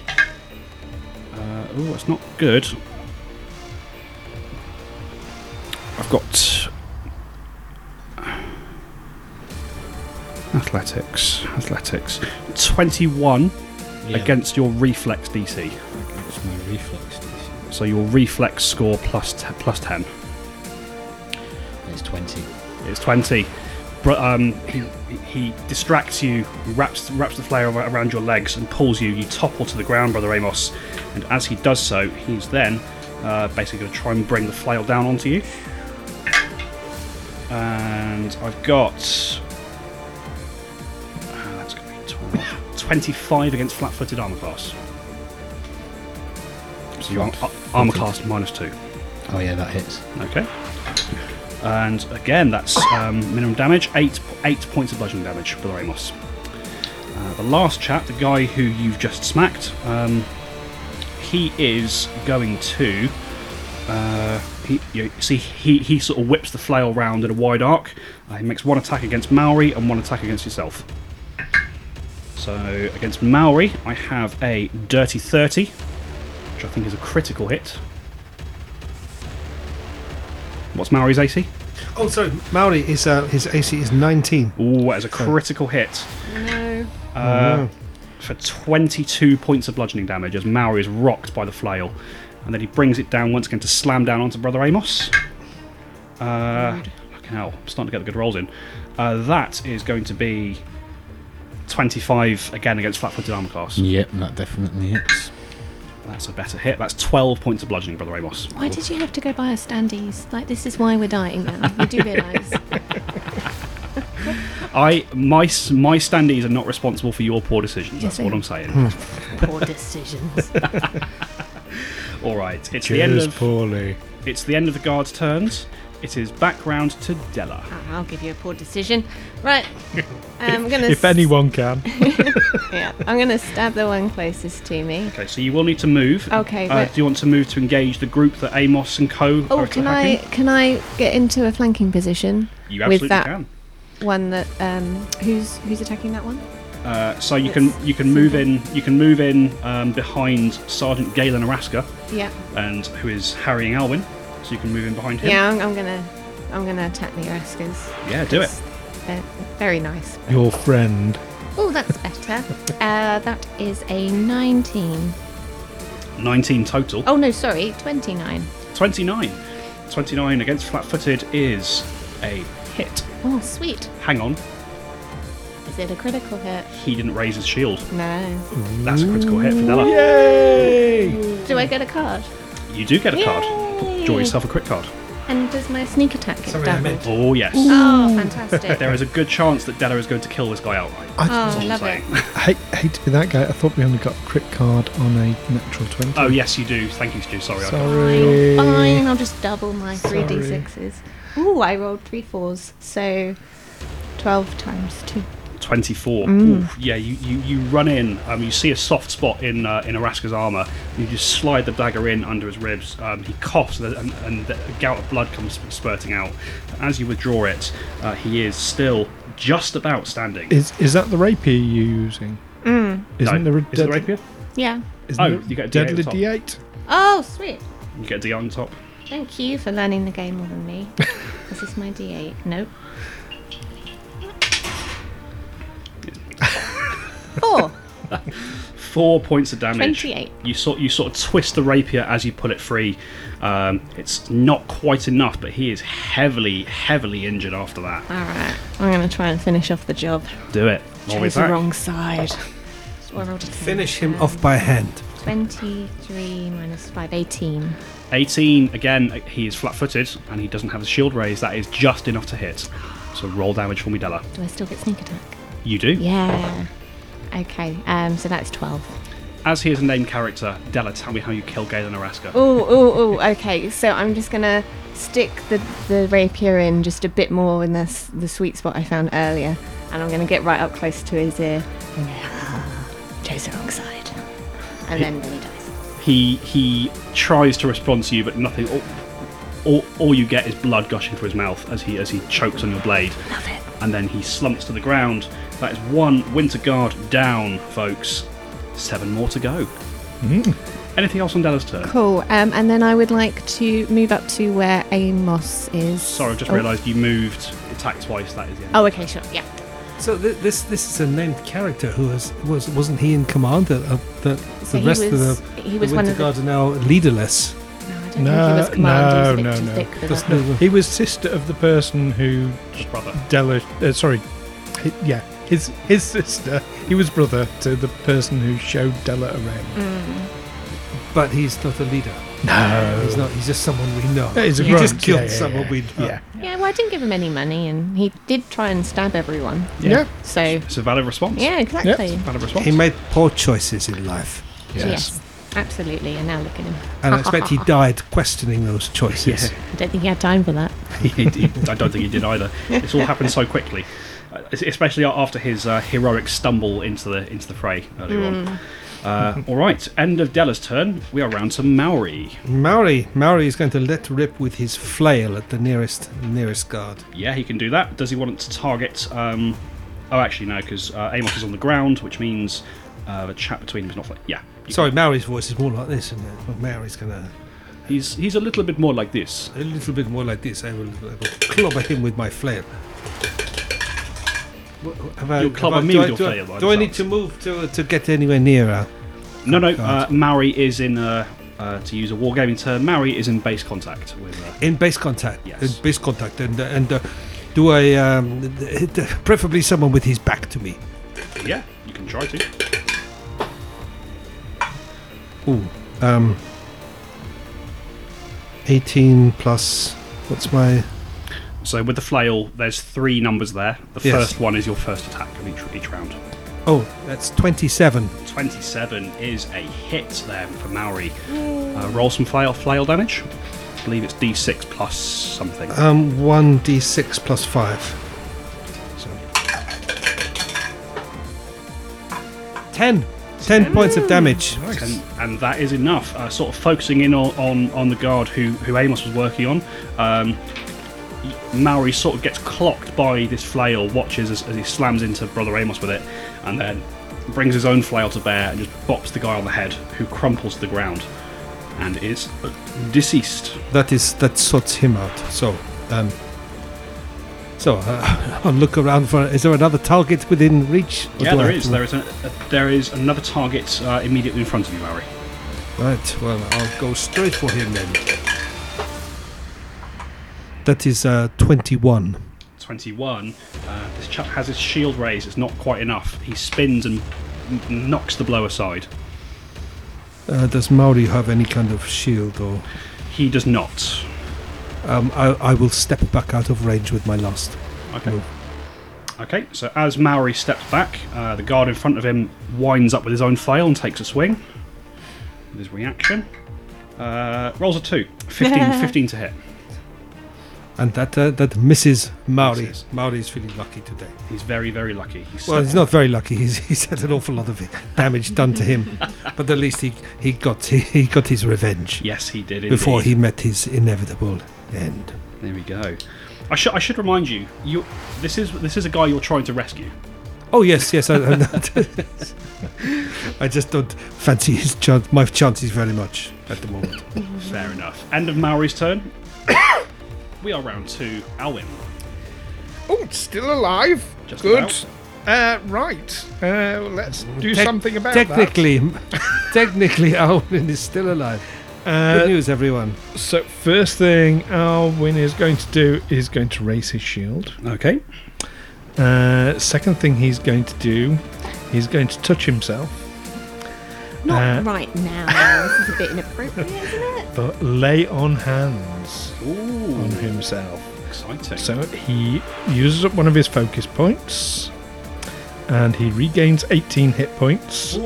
Speaker 3: Uh, oh, that's not good. I've got. Athletics, athletics. 21
Speaker 1: Yeah,
Speaker 3: against your reflex DC.
Speaker 1: against my reflex. DC.
Speaker 3: So your reflex score plus t- plus ten.
Speaker 1: It's twenty.
Speaker 3: It's twenty. But um, he he distracts you, wraps wraps the flare ar- around your legs and pulls you. You topple to the ground, brother Amos. And as he does so, he's then uh, basically going to try and bring the flail down onto you. And I've got Ah, that's going to be 12. twenty-five against flat-footed armor class. So your ar- armor class minus two.
Speaker 1: Oh yeah, that hits.
Speaker 3: Okay. And again, that's um, minimum damage. Eight eight points of bludgeoning damage for the Ramos. Uh, the last chap, the guy who you've just smacked, um, he is going to. Uh, he, you see, he, he sort of whips the flail round in a wide arc. Uh, he makes one attack against Maori and one attack against yourself. So against Maori, I have a dirty thirty, which I think is a critical hit. What's Maori's AC?
Speaker 6: Oh, sorry. Maori is uh, his AC is 19.
Speaker 3: Ooh, that is a critical hit.
Speaker 2: No.
Speaker 3: Uh, For 22 points of bludgeoning damage as Maori is rocked by the flail. And then he brings it down once again to slam down onto Brother Amos. Uh, fucking hell, I'm starting to get the good rolls in. Uh, that is going to be 25 again against flat footed armor class.
Speaker 1: Yep, that definitely hits.
Speaker 3: That's a better hit. That's 12 points of bludgeoning, Brother Amos.
Speaker 2: Why did you have to go buy us standees? Like, this is why we're dying now. You do realise.
Speaker 3: I my s- my standees are not responsible for your poor decisions.
Speaker 2: Yes,
Speaker 3: That's what
Speaker 2: they-
Speaker 3: I'm saying.
Speaker 2: Poor decisions.
Speaker 3: All right, it's the end of
Speaker 5: poorly.
Speaker 3: It's the end of the guard's turns. It is back round to Della.
Speaker 2: I'll give you a poor decision. Right. I'm gonna.
Speaker 5: If anyone can.
Speaker 2: Yeah, I'm gonna stab the one closest to me.
Speaker 3: Okay, so you will need to move.
Speaker 2: Okay,
Speaker 3: Uh,
Speaker 2: right.
Speaker 3: do you want to move to engage the group that Amos and Co.
Speaker 2: Oh,
Speaker 3: are
Speaker 2: can I
Speaker 3: attacking?
Speaker 2: can I get into a flanking position?
Speaker 3: You absolutely
Speaker 2: with that
Speaker 3: can.
Speaker 2: one that um, who's who's attacking that one?
Speaker 3: Uh, so you can you can move in you can move in um, behind Sergeant Galen Araska
Speaker 2: Yeah.
Speaker 3: and who is harrying Alwyn. So you can move in behind him.
Speaker 2: Yeah, I'm, I'm gonna I'm going to attack the Oreskes.
Speaker 3: Yeah, do it.
Speaker 2: They're very nice.
Speaker 5: Your friend.
Speaker 2: Oh, that's better. uh, that is a 19.
Speaker 3: 19 total.
Speaker 2: Oh, no, sorry, 29.
Speaker 3: 29. 29 against flat footed is a hit.
Speaker 2: Oh, sweet.
Speaker 3: Hang on,
Speaker 2: Is it a critical hit?
Speaker 3: he didn't raise his shield.
Speaker 2: No.
Speaker 3: That's a critical hit for Della.
Speaker 5: Yay!
Speaker 2: Do I get a card?
Speaker 3: You do get a
Speaker 2: Yay!
Speaker 3: card. Draw yourself a crit card.
Speaker 2: And does my sneak attack get
Speaker 6: Sorry, I
Speaker 2: doubled?
Speaker 6: meant-
Speaker 3: Oh, yes.
Speaker 2: Oh, fantastic.
Speaker 3: There is a good chance that Della is going to kill this guy outright.
Speaker 5: I
Speaker 2: Oh, love it.
Speaker 5: hate, hate to be that guy. I thought we only got a crit card on a natural 20.
Speaker 3: Oh, yes, you do. Thank you, Stu. Sorry. I can't-
Speaker 5: Sorry.
Speaker 2: Fine, I'll just double my three
Speaker 5: Sorry.
Speaker 2: d6s. Ooh, I rolled three fours, so 12 times two.
Speaker 3: 24.
Speaker 5: Mm.
Speaker 3: Ooh, yeah, you, you, you run in. Um, you see a soft spot in uh, in Araska's armour. and You just slide the dagger in under his ribs. Um, he coughs, and, and, and a gout of blood comes spurting out. As you withdraw it, uh, he is still just about standing.
Speaker 5: Is, is that the rapier you're using? Isn't
Speaker 3: Mm. No.
Speaker 5: there a
Speaker 3: is it the
Speaker 5: dead-
Speaker 3: rapier?
Speaker 2: Yeah.
Speaker 5: isn't
Speaker 3: Oh,
Speaker 5: there
Speaker 3: you get a D8
Speaker 5: deadly
Speaker 3: on top.
Speaker 5: D8?
Speaker 2: Oh, sweet.
Speaker 3: You get a D on top.
Speaker 2: Thank you for learning the game more than me. this is my d8. Nope. Four.
Speaker 3: Four points of damage.
Speaker 2: 28.
Speaker 3: You sort you sort of twist the rapier as you pull it free. Um, it's not quite enough, but he is heavily heavily injured after that.
Speaker 2: All right. I'm going to try and finish off the job.
Speaker 3: Do it. Roll me
Speaker 2: Chose the
Speaker 3: back.
Speaker 2: wrong side. So I rolled a 10.
Speaker 6: Finish him
Speaker 2: Um,
Speaker 6: off by hand.
Speaker 2: 23 minus 5, 18.
Speaker 3: 18 again. He is flat-footed and he doesn't have his shield raised. That is just enough to hit. So roll damage for me, Della.
Speaker 2: Do I still get sneak attack?
Speaker 3: You do.
Speaker 2: Yeah. Okay, um, so that's 12.
Speaker 3: As he is a named character, Della, tell me how you kill Galen Araska.
Speaker 2: Oh, oh, oh, okay. So I'm just going to stick the, the rapier in just a bit more in this, the sweet spot I found earlier. And I'm going to get right up close to his ear. Chose the wrong side. And then he dies.
Speaker 3: He he tries to respond to you, but nothing. All, all, all you get is blood gushing from his mouth as he as he chokes on your blade.
Speaker 2: Love it.
Speaker 3: and then he slumps to the ground. That is one Winter Guard down, folks. Seven more to go. Anything else on Della's turn?
Speaker 2: Cool. Um, and then I would like to move up to where Amos is.
Speaker 3: Sorry, I've just
Speaker 2: Oh.
Speaker 3: realised you moved attack twice. That is the end.
Speaker 2: Oh, okay, sure. Yeah.
Speaker 6: So th- this this is a named character who was was wasn't he in command? That uh, that
Speaker 2: So
Speaker 6: the
Speaker 2: he
Speaker 6: rest of
Speaker 2: was-
Speaker 6: the,
Speaker 2: he
Speaker 6: the
Speaker 2: was
Speaker 6: Winter
Speaker 2: one of the-
Speaker 6: Guard are now
Speaker 2: No,
Speaker 6: leaderless.
Speaker 2: I don't
Speaker 5: No,
Speaker 2: think he was commanded.
Speaker 5: no,
Speaker 2: He's a bit
Speaker 5: no,
Speaker 2: too
Speaker 5: no.
Speaker 2: thick for
Speaker 6: That's
Speaker 2: that.
Speaker 6: the-
Speaker 5: He was sister of the person who
Speaker 3: His brother.
Speaker 5: Della. Uh, sorry. Hi yeah, his his sister. He was brother to the person who showed Della around.
Speaker 2: Mm.
Speaker 6: But he's not a leader.
Speaker 5: No.
Speaker 6: he's not. He's just someone we know.
Speaker 5: That is a
Speaker 6: He just
Speaker 5: grunt,
Speaker 6: killed
Speaker 5: yeah, yeah,
Speaker 6: someone
Speaker 5: yeah.
Speaker 6: we know.
Speaker 5: Yeah.
Speaker 2: Yeah, well, I didn't give him any money, and he did try and stab everyone.
Speaker 5: Yeah.
Speaker 2: So,
Speaker 3: It's a valid response.
Speaker 2: yeah, exactly.
Speaker 3: Valid response.
Speaker 6: He made poor choices in life,
Speaker 2: So, yes. absolutely. And now look at him.
Speaker 6: and I expect he died questioning those choices.
Speaker 2: I don't think he had time for that.
Speaker 3: He- he- I don't think he did either. It's all happened so quickly, Uh, especially after his uh, heroic stumble into the into the fray earlier
Speaker 2: Mm.
Speaker 3: on. Uh, all right, end of Della's turn. We are round to Maori.
Speaker 6: Maori, Maori is going to let rip with his flail at the nearest nearest guard.
Speaker 3: Yeah, he can do that. Does he want to target? Um, oh, actually, no, because uh, Amos is on the ground, which means uh, the chat between him is not. Fl- yeah, You-
Speaker 6: Sorry, Maori's voice is more like this, isn't it? Well, Maori's going to
Speaker 3: he's he's a little bit more like this.
Speaker 6: a little bit more like this. I will, I will clobber him with my flail. Wha- Have I,
Speaker 3: You'll
Speaker 6: have
Speaker 3: clobber
Speaker 6: I-
Speaker 3: me
Speaker 6: do
Speaker 3: with
Speaker 6: I-
Speaker 3: your
Speaker 6: do I-
Speaker 3: flail,
Speaker 6: Do
Speaker 3: by the
Speaker 6: I need
Speaker 3: sounds.
Speaker 6: to move to to get anywhere nearer?
Speaker 3: No, no, uh,
Speaker 6: God.
Speaker 3: Maori is in. Uh, uh, to use a wargaming term, Maori is in base contact with. Uh,
Speaker 6: In base contact.
Speaker 3: Yes.
Speaker 6: In base contact, and uh, and uh, do I um, d- d- preferably someone with his back to me?
Speaker 3: yeah, you can try to.
Speaker 6: Ooh. Um. Eighteen plus. What's my?
Speaker 3: So with the flail, there's three numbers there. The
Speaker 6: Yes.
Speaker 3: first one is your first attack of each each round.
Speaker 6: Oh, that's twenty-seven.
Speaker 3: 27 is a hit there for Maori. Uh, roll some flail, flail damage. I believe it's d6 plus something.
Speaker 6: Um, one d six plus five. So ten. Ten points of damage.
Speaker 3: and, and that is enough. Uh, sort of focusing in on, on, on the guard who, who Amos was working on. Um, y- Maori sort of gets clocked by this flail, watches as, as he slams into Brother Amos with it, and then brings his own flail to bear and just bops the guy on the head, who crumples to the ground and is deceased.
Speaker 6: That is that sorts him out. So, um, So uh, I'll look around for. Is there another target within reach? Or
Speaker 3: Yeah,
Speaker 6: do I
Speaker 3: there
Speaker 6: have
Speaker 3: is.
Speaker 6: to-
Speaker 3: There is, an, uh, there is another target uh, immediately in front of you, Larry.
Speaker 6: Right, well, I'll go straight for him then. That is uh, 21.
Speaker 3: 21. Uh, this chap has his shield raised. It's not quite enough. He spins and n- knocks the blow aside.
Speaker 6: Uh, does Maori have any kind of shield or.
Speaker 3: He does not.
Speaker 6: Um, I, I will step back out of range with my last.
Speaker 3: Okay.
Speaker 6: move.
Speaker 3: Okay, so as Maori steps back, uh, the guard in front of him winds up with his own flail and takes a swing with his reaction. Uh, rolls a 2. 15, 15 to hit.
Speaker 6: And that uh, that misses Maori.
Speaker 3: Misses.
Speaker 6: Maori is feeling lucky today.
Speaker 3: He's very, very lucky. He's
Speaker 6: Well, he's not very lucky. He's, he's had an awful lot of damage done to him, but at least he, he got he, he got his revenge
Speaker 3: yes, he did.
Speaker 6: before
Speaker 3: indeed.
Speaker 6: he met his inevitable end.
Speaker 3: There we go. I should I should remind you, you this is this is a guy you're trying to rescue.
Speaker 6: Oh yes, yes. I, I'm not- I just don't fancy his chance, my chances very much at the moment.
Speaker 3: Fair enough. End of Maori's turn. we are round two. Alwyn.
Speaker 5: Oh, it's still alive.
Speaker 3: Just
Speaker 5: Good.
Speaker 3: about.
Speaker 5: Uh, right. Uh, let's do
Speaker 6: Tec-
Speaker 5: something about
Speaker 6: technically, technically, Alwyn is still alive.
Speaker 5: that.
Speaker 6: Good
Speaker 5: Uh,
Speaker 6: news, everyone.
Speaker 5: so first thing Alwyn is going to do is going to raise his shield.
Speaker 3: Okay.
Speaker 5: Uh, second thing he's going to do, he's going to touch himself,
Speaker 2: Not
Speaker 5: Uh,
Speaker 2: right now. this is a bit inappropriate, isn't it?
Speaker 5: but lay on hands on
Speaker 3: Ooh,
Speaker 5: himself.
Speaker 3: exciting.
Speaker 5: So he uses up one of his focus points, and he regains 18 hit points.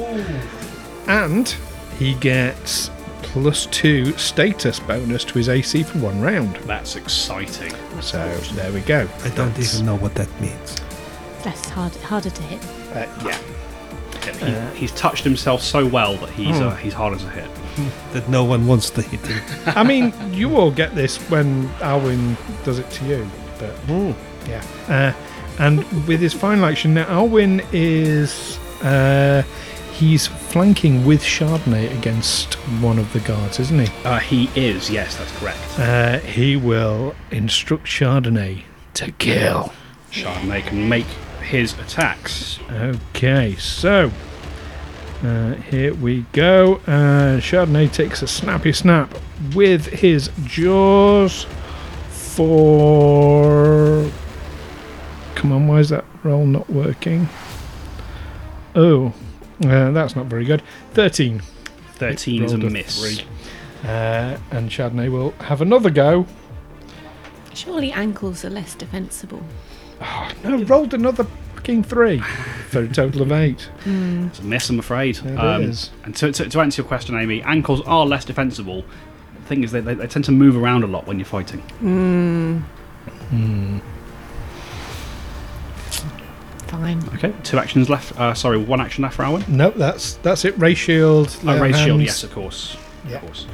Speaker 5: and he gets plus two status bonus to his AC for one round.
Speaker 3: That's exciting.
Speaker 5: So there we go.
Speaker 6: I don't
Speaker 5: That's-
Speaker 6: even know what that means.
Speaker 4: That's hard, harder to hit.
Speaker 5: Uh, yeah.
Speaker 3: He, Uh, he's touched himself so well that he's
Speaker 5: Hmm.
Speaker 3: uh, he's harder to hit.
Speaker 6: That no one wants to hit him.
Speaker 5: I mean, you all get this when Alwyn does it to you, but yeah. Uh, and with his final action, now Alwyn is uh, he's flanking with Chardonnay against one of the guards, isn't he?
Speaker 3: Uh, he is. Yes, that's correct.
Speaker 5: Uh, he will instruct Chardonnay to kill.
Speaker 3: Chardonnay can make his attacks.
Speaker 5: Okay, so uh, here we go. Uh, Chardonnay takes a snappy snap with his jaws for. Come on, why is that roll not working? Oh, uh, that's not very good. 13.
Speaker 3: Thirteen is a
Speaker 5: Rolled a
Speaker 3: miss.
Speaker 5: three. Uh, and Chardonnay will have another go.
Speaker 2: Surely ankles are less defensible.
Speaker 5: Oh, no, rolled another fucking three for a total of eight.
Speaker 3: It's a miss, I'm afraid. Um,
Speaker 5: It is.
Speaker 3: And to, to, to answer your question, Amy, ankles are less defensible. The thing is, they, they, they tend to move around a lot when you're fighting.
Speaker 2: Fine.
Speaker 3: Okay, two actions left. Uh, sorry, one action left for Alwyn.
Speaker 5: No, that's that's it. Ray shield.
Speaker 3: Oh,
Speaker 5: lay
Speaker 3: raise
Speaker 5: on
Speaker 3: shield,
Speaker 5: hands.
Speaker 3: yes, of course.
Speaker 5: Yeah.
Speaker 3: Of course.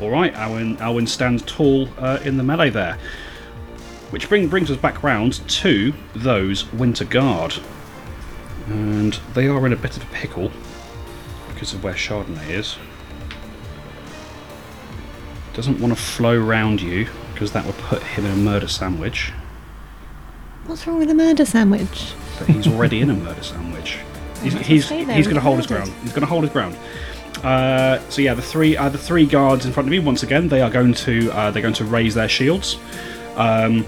Speaker 3: All right, Alwyn, Alwyn stands tall uh, in the melee there. Which bring, brings us back round to those Winter Guard. And they are in a bit of a pickle because of where Chardonnay is. Doesn't want to flow round you because that would put him in a murder sandwich.
Speaker 2: What's wrong with a murder sandwich?
Speaker 3: But he's already in a murder sandwich. He's,
Speaker 2: That's
Speaker 3: he's,
Speaker 2: what I say,
Speaker 3: he's
Speaker 2: though,
Speaker 3: going to
Speaker 2: he's
Speaker 3: hold his
Speaker 2: murdered.
Speaker 3: ground. He's going to hold his ground. Uh, so yeah, the three uh, the three guards in front of me once again. They are going to uh, they're going to raise their shields. Um,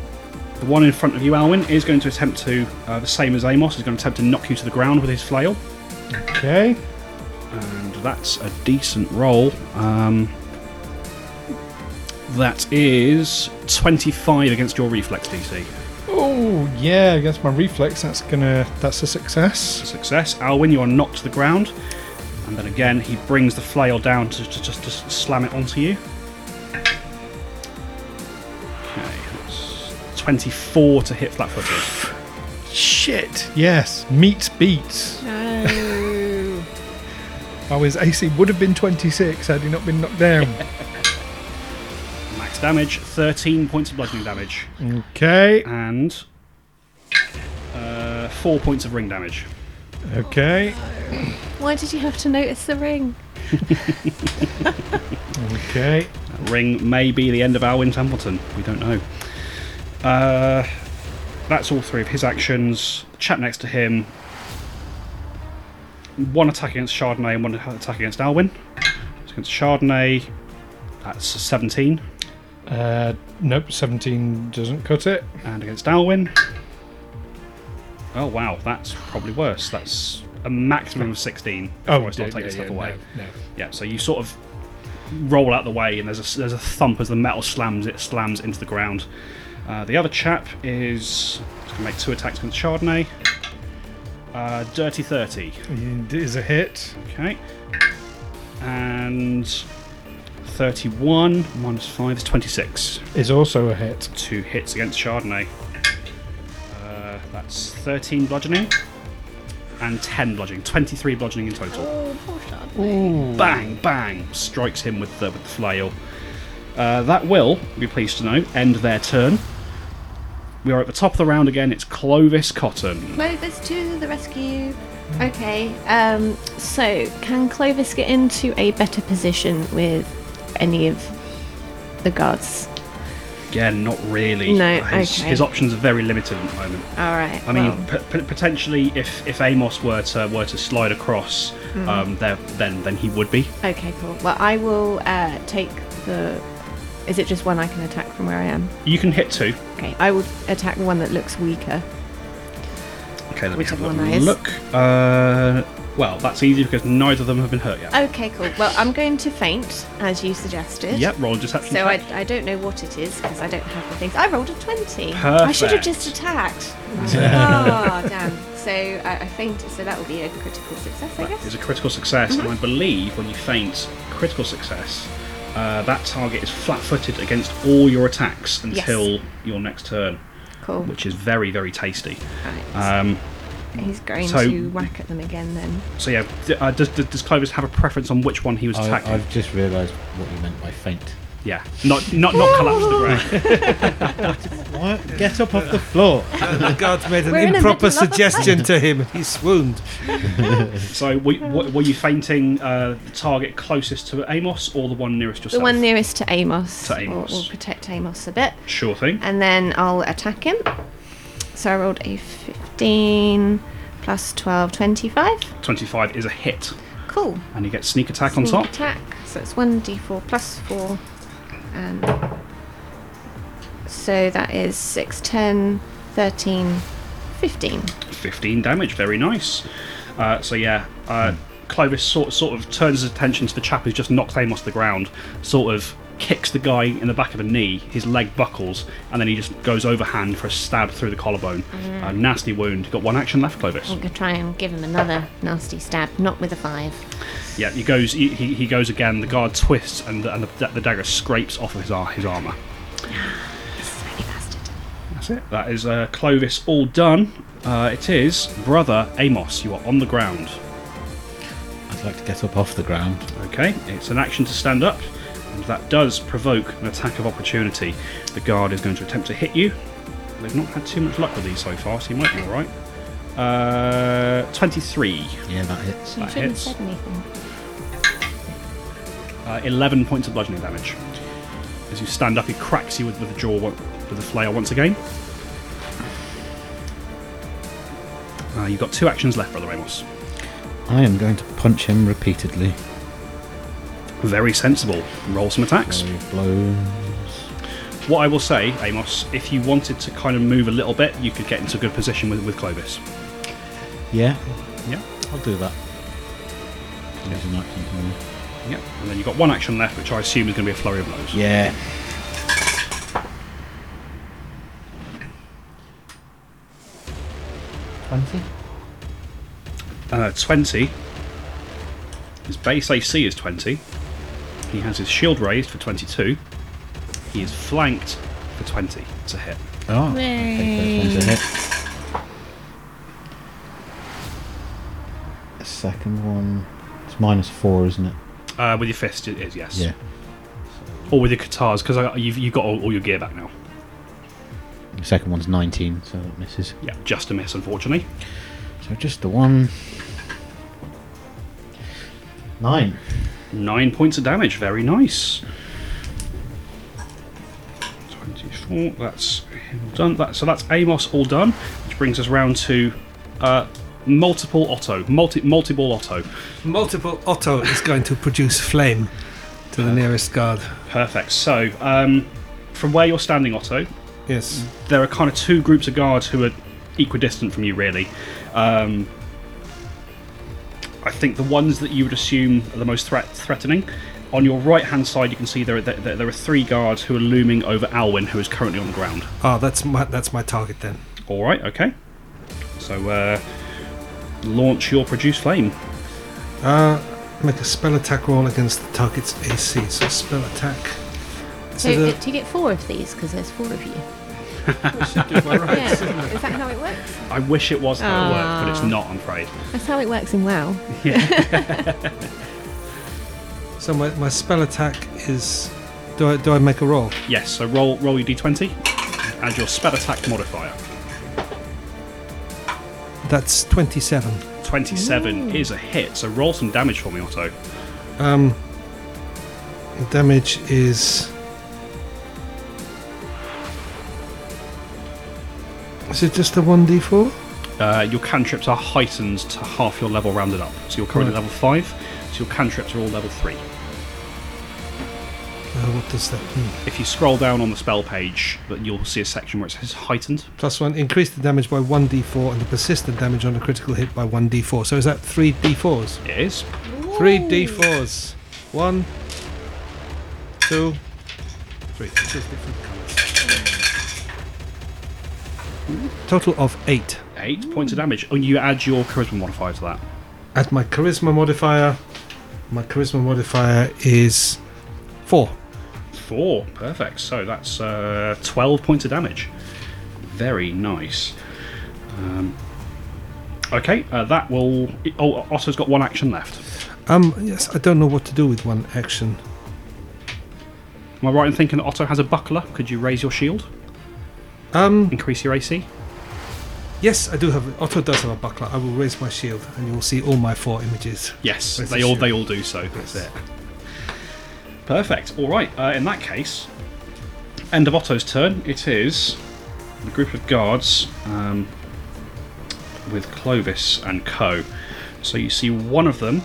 Speaker 3: the one in front of you, Alwyn, is going to attempt to uh, the same as Amos. Is going to attempt to knock you to the ground with his flail,
Speaker 5: Okay.
Speaker 3: and that's a decent roll. Um, that is twenty five against your reflex DC.
Speaker 5: Oh yeah, against my reflex, that's gonna that's a
Speaker 3: a
Speaker 5: success.
Speaker 3: success. Alwyn, you are knocked to the ground. And then again, he brings the flail down to just to, to, to slam it onto you. Okay, that's 24 to hit flat footed.
Speaker 5: Shit. Yes, meets beats.
Speaker 2: No.
Speaker 5: Oh, his AC would have been 26 had he not been knocked down.
Speaker 3: Max damage, 13 points of bludgeoning damage.
Speaker 5: okay.
Speaker 3: And uh, 4 points of ring damage.
Speaker 5: Okay.
Speaker 2: Why did you have to notice the ring?
Speaker 5: Okay.
Speaker 3: That ring may be the end of Alwyn Templeton. We don't know. Uh, That's all three of his actions. The chap next to him. One attack against Chardonnay and one attack against Alwyn. It's against Chardonnay. That's a 17.
Speaker 5: Uh, nope, 17 doesn't cut it.
Speaker 3: And against Alwyn. Oh wow, that's probably worse. That's a maximum of 16.
Speaker 5: Oh,
Speaker 3: before I start taking stuff away.
Speaker 5: No,
Speaker 3: Yeah, so you sort of roll out the way, and there's a, there's a thump as the metal slams it slams into the ground. Uh, the other chap is going to make two attacks against Chardonnay. Uh, dirty 30.
Speaker 5: It is a hit.
Speaker 3: Okay. And 31 minus 5 is 26.
Speaker 5: Is also a hit.
Speaker 3: Two hits against Chardonnay. Uh, that's 13 bludgeoning and 10 bludgeoning. 23 bludgeoning in total.
Speaker 4: Oh, poor Chardonnay.
Speaker 3: bang, bang, strikes him with the, with the flail. Uh, that will, you'll be pleased to know, end their turn. We are at the top of the round again. It's Clovis Cotton.
Speaker 2: Clovis to the rescue. Okay, um, so can Clovis get into a better position with any of the guards?
Speaker 3: Again, not really.
Speaker 2: No,
Speaker 3: his,
Speaker 2: okay.
Speaker 3: his options are very limited at the moment.
Speaker 2: All right.
Speaker 3: I mean,
Speaker 2: well,
Speaker 3: p- p- potentially, if, if Amos were to were to slide across, um, there then then he would be.
Speaker 2: okay, cool. Well, I will uh, take the. Is it just one I can attack from where I am?
Speaker 3: You can hit two.
Speaker 2: Okay, I will attack the one that looks weaker.
Speaker 3: Okay, let me have
Speaker 2: Whichever
Speaker 3: a
Speaker 2: one that is.
Speaker 3: look. Uh, well, that's easy because neither of them have been hurt yet.
Speaker 2: Okay, cool. Well, I'm going to faint as you suggested.
Speaker 3: Yep, roll a deception.
Speaker 2: So
Speaker 3: check.
Speaker 2: I, I don't know what it is because I don't have the things. I rolled a 20. I should have
Speaker 3: Perfect.
Speaker 2: just attacked. oh, damn. So I, I fainted, so that will be a critical success, I Mm-hmm.
Speaker 3: That
Speaker 2: guess.
Speaker 3: is a critical success, and I believe when you faint, critical success, uh, that target is flat-footed against all your attacks until your next turn,
Speaker 2: Cool.
Speaker 3: which is very, very tasty.
Speaker 2: right.
Speaker 3: Um,
Speaker 2: He's going
Speaker 3: so-
Speaker 2: to whack at them again then.
Speaker 3: so yeah, d- uh, does, does does Clovis have a preference on which one he was
Speaker 1: I,
Speaker 3: attacking?
Speaker 1: I've just realised what you meant by faint.
Speaker 3: Yeah, not not not collapse to the ground.
Speaker 1: What? Get up off the floor.
Speaker 6: And the guards made an
Speaker 4: We're in the
Speaker 6: improper
Speaker 4: middle of a
Speaker 6: suggestion to him. and He swooned.
Speaker 3: So were, were were you fainting uh, the target closest to Amos or the one nearest
Speaker 2: The
Speaker 3: yourself?
Speaker 2: one nearest to Amos.
Speaker 3: To
Speaker 2: We'll-
Speaker 3: Amos.
Speaker 2: We'll, protect Amos a bit.
Speaker 3: Sure thing.
Speaker 2: And then I'll attack him. So I rolled a 15 plus 12, 25.
Speaker 3: Twenty-five is a hit,
Speaker 2: Cool.
Speaker 3: and you get sneak attack
Speaker 2: Sneak
Speaker 3: on top.
Speaker 2: attack. So it's one d4 plus four, and so that is 6, 10, 13, 15.
Speaker 3: 15 damage. Very nice. Uh, so yeah, uh, Clovis sort sort of turns his attention to the chap who's just knocked Amos to the ground. Sort of kicks the guy in the back of the knee. His leg buckles, and then he just goes overhand for a stab through the collarbone. A nasty wound. Got one action left, Clovis.
Speaker 2: I'm gonna try and give him another nasty stab, not with a five.
Speaker 3: Yeah, he goes. He, he he goes again. The guard twists, and the, and the, the dagger scrapes off of his ar- his armor.
Speaker 2: Smacky bastard.
Speaker 3: That's it. That is uh, Clovis all done. Uh, it is brother Amos. You are on the ground.
Speaker 1: I'd like to get up off the ground.
Speaker 3: Okay, it's an action to stand up, and that does provoke an attack of opportunity. The guard is going to attempt to hit you. They've not had too much luck with these so far, so you might be alright. Uh, 23.
Speaker 1: Yeah, that hits.
Speaker 3: That
Speaker 4: Shouldn't have
Speaker 3: hits.
Speaker 4: said anything.
Speaker 3: Uh, 11 points of bludgeoning damage. As you stand up, he cracks you with, with the jaw, on- with the flail once again. Uh, you've got two actions left, Brother Amos.
Speaker 1: I am going to punch him repeatedly.
Speaker 3: Very sensible. Roll some attacks.
Speaker 1: So blows.
Speaker 3: What I will say, Amos, if you wanted to kind of move a little bit, you could get into a good position with, with Clovis.
Speaker 1: Yeah,
Speaker 3: Yeah.
Speaker 1: I'll do that. There's an action for me.
Speaker 3: Yeah. And then you've got one action left, which I assume is going to be a flurry of blows.
Speaker 1: Yeah. Twenty.
Speaker 3: Uh, 20. His base AC is 20. He has his shield raised for 22. He is flanked for 20. It's a hit.
Speaker 1: Oh.
Speaker 4: Yay.
Speaker 1: Okay, first one's a hit. Second one. It's minus four, isn't it?
Speaker 3: Uh, with your fist, it is, yes. Or with your katars, because you've, you've got all, all your gear back now.
Speaker 1: The second one's nineteen, so that misses.
Speaker 3: Yeah, just a miss, unfortunately.
Speaker 1: So just the one. Nine.
Speaker 3: Nine points of damage. Very nice. 24. That's a all done. That, so that's Amos all done, which brings us round to uh, multiple Otto, multi multi ball Otto.
Speaker 6: Multiple Otto is going to produce flame to the nearest guard.
Speaker 3: Perfect. So um, from where you're standing, Otto,
Speaker 6: Yes.
Speaker 4: Mm.
Speaker 3: there are kind of two groups of guards who are equidistant from you, really. Um, I think the ones that you would assume are the most threat- threatening. On your right hand side, you can see there, there, there are three guards who are looming over Alwyn, who is currently on the ground.
Speaker 6: Oh, that's my that's my target then.
Speaker 3: All right, okay. So uh, launch your produce flame.
Speaker 6: Uh, make a spell attack roll against the target's AC. So spell attack.
Speaker 4: So,
Speaker 6: So the-
Speaker 4: do you get four of these? Because there's four of you.
Speaker 2: Yeah. Is that how it works?
Speaker 3: I wish it was how it worked, but it's
Speaker 2: Ah.
Speaker 3: not. I'm afraid.
Speaker 2: That's how it works in WoW.
Speaker 6: So my, my spell attack is. Do I, do I make a roll?
Speaker 3: Yes. So roll roll your d20. Add your spell attack modifier.
Speaker 6: That's 27.
Speaker 3: 27 is a hit. So roll some damage for me, Otto.
Speaker 6: Um, damage is. Is it just a 1d4?
Speaker 3: Uh, your cantrips are heightened to half your level rounded up. So you're currently
Speaker 6: Right.
Speaker 3: level 5, so your cantrips are all level 3.
Speaker 6: Uh, what does that mean?
Speaker 3: If you scroll down on the spell page, that you'll see a section where it says heightened.
Speaker 6: Plus 1. Increase the damage by 1d4 and the persistent damage on a critical hit by 1d4. So is that 3d4s?
Speaker 3: It is.
Speaker 6: Three d4s. One, two, three. It's just different colours. Total of eight.
Speaker 3: 8 points of damage. And you add your charisma modifier to that.
Speaker 6: At my charisma modifier, my charisma modifier is four.
Speaker 3: 4. Perfect. So that's uh, 12 points of damage. Very nice. Um, okay, uh, that will. Oh, Otto's got one action left.
Speaker 6: Um, yes, I don't know what to do with one action.
Speaker 3: Am I right in thinking that Otto has a buckler? Could you raise your shield?
Speaker 6: Um,
Speaker 3: Increase your AC?
Speaker 6: yes, I do have. Otto does have a buckler. I will raise my shield, and you will see all my four images.
Speaker 3: Yes,
Speaker 6: Raise
Speaker 3: they
Speaker 6: the
Speaker 3: all
Speaker 6: shield.
Speaker 3: they all do so. That's
Speaker 6: Yes.
Speaker 3: it. Perfect. All right. Uh, in that case, end of Otto's turn. It is the group of guards um, with Clovis and Co. So you see one of them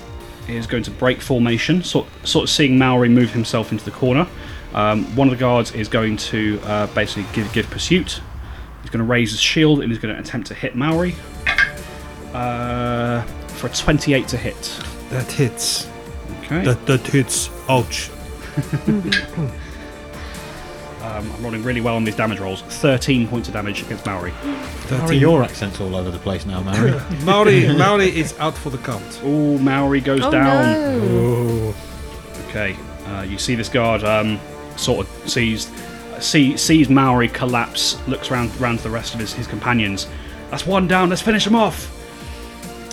Speaker 3: is going to break formation, sort sort of seeing Maori move himself into the corner. Um, one of the guards is going to uh, basically give give pursuit. He's going to raise his shield and he's going to attempt to hit Maori uh, for a 28 to hit.
Speaker 6: That hits.
Speaker 3: Okay.
Speaker 6: That that hits. Ouch.
Speaker 3: Um, I'm rolling really well on these damage rolls. 13 points of damage against Maori.
Speaker 1: Mary,
Speaker 6: 13
Speaker 1: your accent's all over the place now, Mary.
Speaker 6: Maori, Maori is out for the count.
Speaker 3: Oh, Maori goes
Speaker 2: oh
Speaker 3: down.
Speaker 2: no!
Speaker 6: Oh,
Speaker 3: Okay. Uh, you see this guard um, sort of sees see, sees Maori collapse, looks around round to the rest of his, his companions. That's one down. Let's finish him off.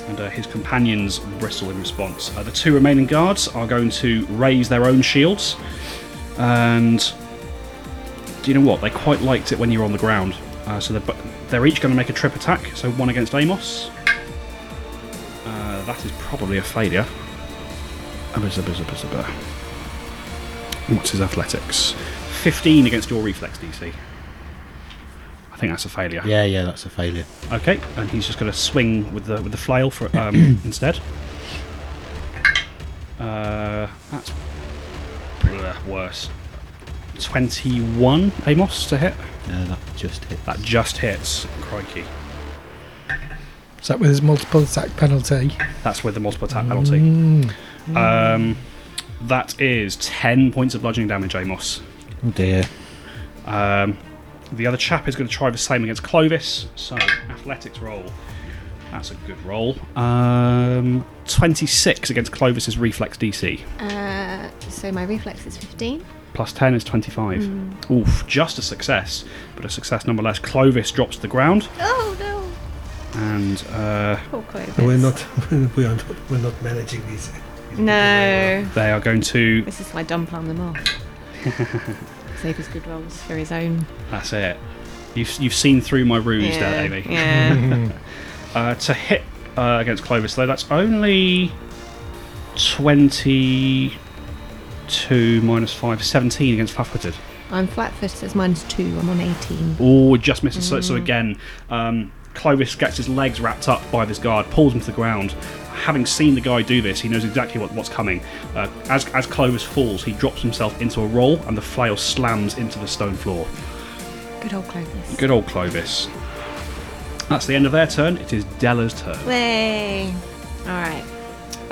Speaker 3: And uh, his companions bristle in response. Uh, the two remaining guards are going to raise their own shields. And do you know what? They quite liked it when you were on the ground. Uh, so they're, bu- they're each going to make a trip attack. So one against Amos. Uh, that is probably a failure. Uh, buzz, buzz, buzz, buzz. What's his athletics? 15 against your reflex DC. I think that's a failure.
Speaker 1: yeah, yeah, that's a failure.
Speaker 3: Okay, and he's just going to swing with the with the flail for um, instead. Uh, that's bleh, worse. Twenty-one Amos to hit.
Speaker 1: Yeah, that just hit.
Speaker 3: That just hits. Crikey.
Speaker 7: Is that with his multiple attack penalty?
Speaker 3: That's with the multiple attack penalty. Um, that is ten points of bludgeoning damage, Amos.
Speaker 1: Oh dear.
Speaker 3: Um, the other chap is going to try the same against Clovis. So athletics roll. That's a good roll. Um, 26 against Clovis's reflex DC.
Speaker 2: Uh, so my reflex is 15.
Speaker 3: Plus 10 is 25.
Speaker 2: Mm.
Speaker 3: Oof, just a success, but a success nonetheless. Clovis drops to the ground,
Speaker 2: Oh no!
Speaker 3: and uh,
Speaker 2: Poor Clovis.
Speaker 6: We're not, we are not, we're not managing these.
Speaker 2: No.
Speaker 3: they are going to.
Speaker 2: This is why Dom palmed them off. Save his good rolls for his own.
Speaker 3: That's it. You've, you've seen through my ruse there, Amy.
Speaker 2: yeah.
Speaker 3: Uh, to hit uh, against Clovis, though, that's only 22 minus 5, 17 against Flat Footed.
Speaker 2: I'm flat footed, so it's minus two. I'm on 18.
Speaker 3: Oh, just misses. So, so again, um, Clovis gets his legs wrapped up by this guard, pulls him to the ground. Having seen the guy do this, he knows exactly what, what's coming. Uh, as, as Clovis falls, he drops himself into a roll, and the flail slams into the stone floor.
Speaker 2: Good old Clovis.
Speaker 3: Good old Clovis. That's the end of their turn. It is Della's turn.
Speaker 2: Way. All right.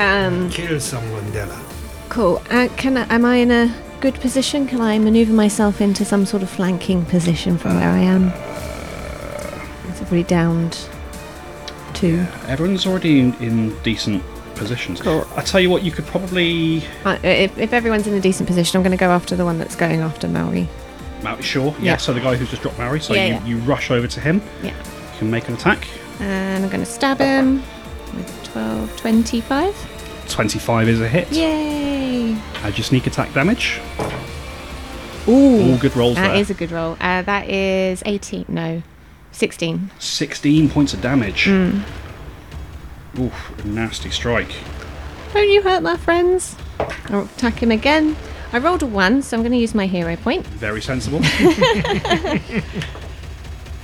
Speaker 2: Um,
Speaker 6: Kill someone, Della.
Speaker 2: cool. Uh, can I, am I in a good position? Can I maneuver myself into some sort of flanking position from where I am? It's already downed two.
Speaker 3: Everyone's already in, in decent positions.
Speaker 2: Cool.
Speaker 3: I tell you what, you could probably.
Speaker 2: Uh, if, if everyone's in a decent position, I'm going to go after the one that's going after Maori.
Speaker 3: Maori, sure. Yeah,
Speaker 2: Yeah.
Speaker 3: so the guy who's just dropped Maori. So
Speaker 2: Yeah,
Speaker 3: you,
Speaker 2: yeah.
Speaker 3: you rush over to him.
Speaker 2: Yeah.
Speaker 3: You can make an attack.
Speaker 2: And I'm going to stab him with 12, 25.
Speaker 3: 25 is a hit.
Speaker 2: Yay!
Speaker 3: Add your sneak attack damage.
Speaker 2: Ooh,
Speaker 3: All good rolls
Speaker 2: that
Speaker 3: there.
Speaker 2: is a good roll. Uh, that is 18, no, 16.
Speaker 3: 16 points of damage.
Speaker 2: Hmm.
Speaker 3: Oof, a nasty strike.
Speaker 2: Don't you hurt my friends? I'll attack him again. I rolled a 1, so I'm going to use my hero point.
Speaker 3: Very sensible.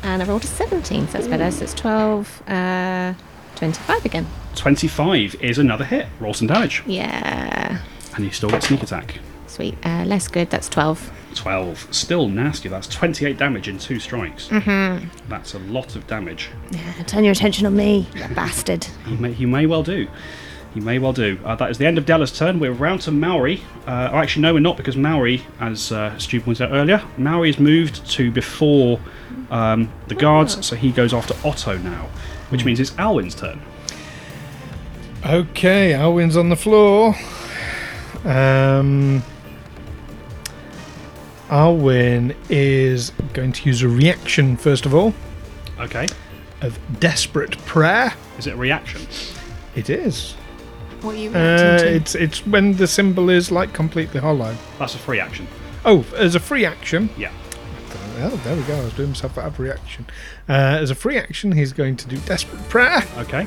Speaker 2: And I rolled a 17, so that's better. So it's 12, uh, 25 again.
Speaker 3: 25 is another hit. Roll some damage.
Speaker 2: Yeah.
Speaker 3: And you still get sneak attack.
Speaker 2: Sweet. Uh, less good, that's 12.
Speaker 3: 12. Still nasty. That's 28 damage in two strikes. That's a lot of damage.
Speaker 4: Mm-hmm. Yeah, turn your attention on me, you bastard.
Speaker 3: He may, he may well do. He may well do. Uh, that is the end of Della's turn. We're round to Maori. Uh, oh, actually, no, we're not, because Maori, as uh, Stu pointed out earlier, Maori is moved to before um,
Speaker 4: Oh.
Speaker 3: the guards, so he goes after Otto now, which means it's Alwyn's turn.
Speaker 5: Okay, Alwyn's on the floor. Um, Alwyn is going to use a reaction first of all
Speaker 3: Okay.
Speaker 5: of desperate prayer.
Speaker 3: Is it a reaction?
Speaker 5: It is.
Speaker 2: What are you
Speaker 5: Uh, it's it's when the symbol is like completely hollow.
Speaker 3: That's a free action.
Speaker 5: Oh, as a free action.
Speaker 3: Yeah.
Speaker 5: Oh, there we go. I was doing myself out of reaction. Uh, as a free action, he's going to do desperate prayer.
Speaker 3: Okay.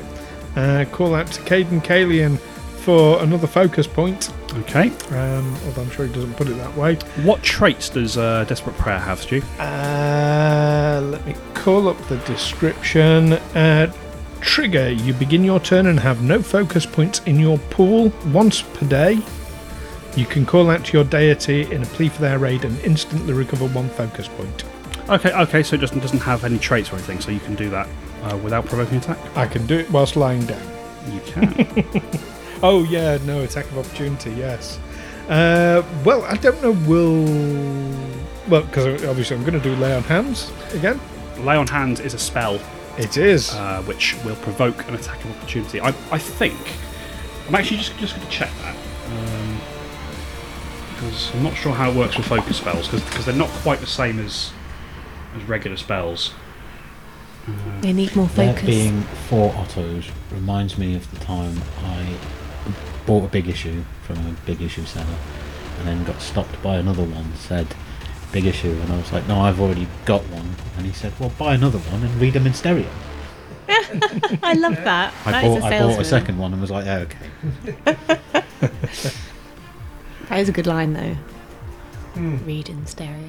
Speaker 5: Uh, call out to Caden Kalian for another focus point.
Speaker 3: Okay.
Speaker 5: Um, although I'm sure he doesn't put it that way.
Speaker 3: What traits does uh, Desperate Prayer have, Stu?
Speaker 5: Uh, let me call up the description. Uh, trigger: You begin your turn and have no focus points in your pool once per day. You can call out to your deity in a plea for their aid and instantly recover one focus point.
Speaker 3: Okay, okay, so it doesn't, doesn't have any traits or anything, so you can do that uh, without provoking attack?
Speaker 5: I can do it whilst lying down.
Speaker 3: You can.
Speaker 5: Oh yeah, no attack of opportunity. Yes. Uh, well, I don't know. Will well because obviously I'm going to do lay on hands again.
Speaker 3: Lay on Hands is a spell
Speaker 5: It is.
Speaker 3: uh, which will provoke an attack of opportunity. I, I think. I'm actually just, just going to check that. Um, because I'm not sure how it works with focus spells, because they're not quite the same as, as regular spells.
Speaker 2: They need more
Speaker 1: There
Speaker 2: focus.
Speaker 1: being four Ottos reminds me of the time I bought a big issue from a big issue seller and then got stopped by another one, said big issue, and I was like, no, I've already got one. And he said, well, buy another one and read them in stereo.
Speaker 2: I love that.
Speaker 1: I,
Speaker 2: That is
Speaker 1: bought,
Speaker 2: a
Speaker 1: I bought
Speaker 2: salesman.
Speaker 1: a second one and was like, oh, okay.
Speaker 2: That is a good line, though.
Speaker 5: Hmm.
Speaker 4: Read in stereo.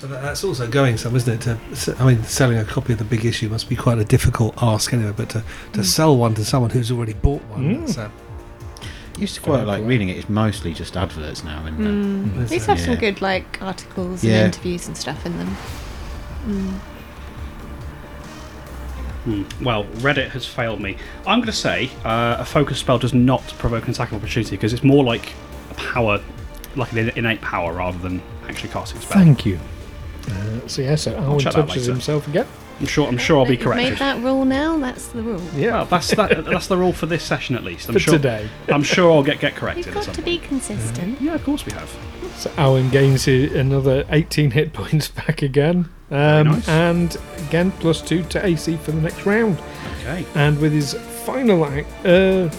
Speaker 6: But that- that's also going some, isn't it? To, s- I mean, selling a copy of the big issue must be quite a difficult ask anyway. But to, to sell one to someone who's already bought one, that's, uh,
Speaker 1: used to quite like reading it. It's mostly just adverts now, isn't it?
Speaker 2: They
Speaker 6: that's,
Speaker 2: used to have some
Speaker 1: Yeah.
Speaker 2: good like articles
Speaker 1: Yeah.
Speaker 2: and interviews and stuff in them.
Speaker 3: Hmm. Well, Reddit has failed me. I'm going to say uh, a focus spell does not provoke an attack of opportunity because it's more like a power, like an in- innate power rather than actually casting a spell.
Speaker 5: Thank you. Uh, so yeah, so Alwyn
Speaker 3: check that
Speaker 5: touches
Speaker 3: later.
Speaker 5: himself again.
Speaker 3: I'm sure. I'm sure I'll be
Speaker 2: You've Made
Speaker 3: corrected.
Speaker 2: that rule now. That's the rule.
Speaker 5: Yeah,
Speaker 3: Well, that's that, that's the rule for this session at least. I'm
Speaker 5: for
Speaker 3: sure.
Speaker 5: today.
Speaker 3: I'm sure I'll get get corrected.
Speaker 4: You've
Speaker 3: at
Speaker 4: got
Speaker 3: some
Speaker 4: to be
Speaker 3: point.
Speaker 4: consistent.
Speaker 5: Hmm.
Speaker 3: Yeah, of course we have.
Speaker 5: So Alwyn gains i- another 18 hit points back again. Um,
Speaker 3: nice.
Speaker 5: And again, plus two to AC for the next round.
Speaker 3: Okay,
Speaker 5: And with his final act, uh,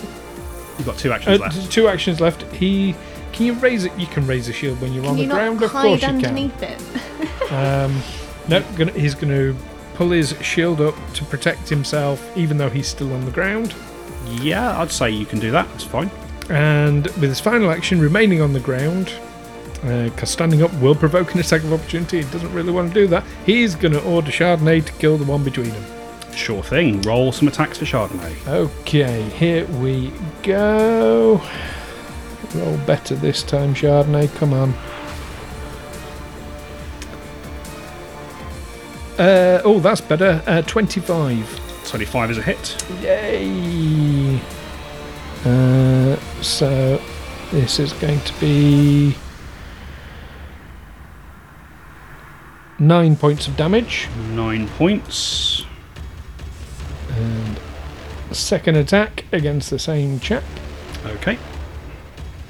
Speaker 3: you've got two actions
Speaker 5: uh,
Speaker 3: left.
Speaker 5: two actions left. He can you raise it? You can raise a shield when you're
Speaker 2: Can
Speaker 5: on the
Speaker 2: you not
Speaker 5: ground. of
Speaker 2: hide
Speaker 5: course
Speaker 2: underneath it?
Speaker 5: you can. Um, no, gonna, he's going to pull his shield up to protect himself, even though he's still on the ground.
Speaker 3: Yeah, I'd say you can do that. That's fine.
Speaker 5: And with his final action remaining on the ground, because standing up will provoke an attack of opportunity, he doesn't really want to do that. He's going to order Chardonnay to kill the one between them.
Speaker 3: Sure thing. Roll some attacks for Chardonnay.
Speaker 5: Okay, here we go. Roll better this time, Chardonnay. Come on. Uh, oh, that's better. Uh, 25.
Speaker 3: 25 is a hit.
Speaker 5: Yay! Uh, so this is going to be nine points of damage.
Speaker 3: Nine points.
Speaker 5: And second attack against the same chap.
Speaker 3: Okay.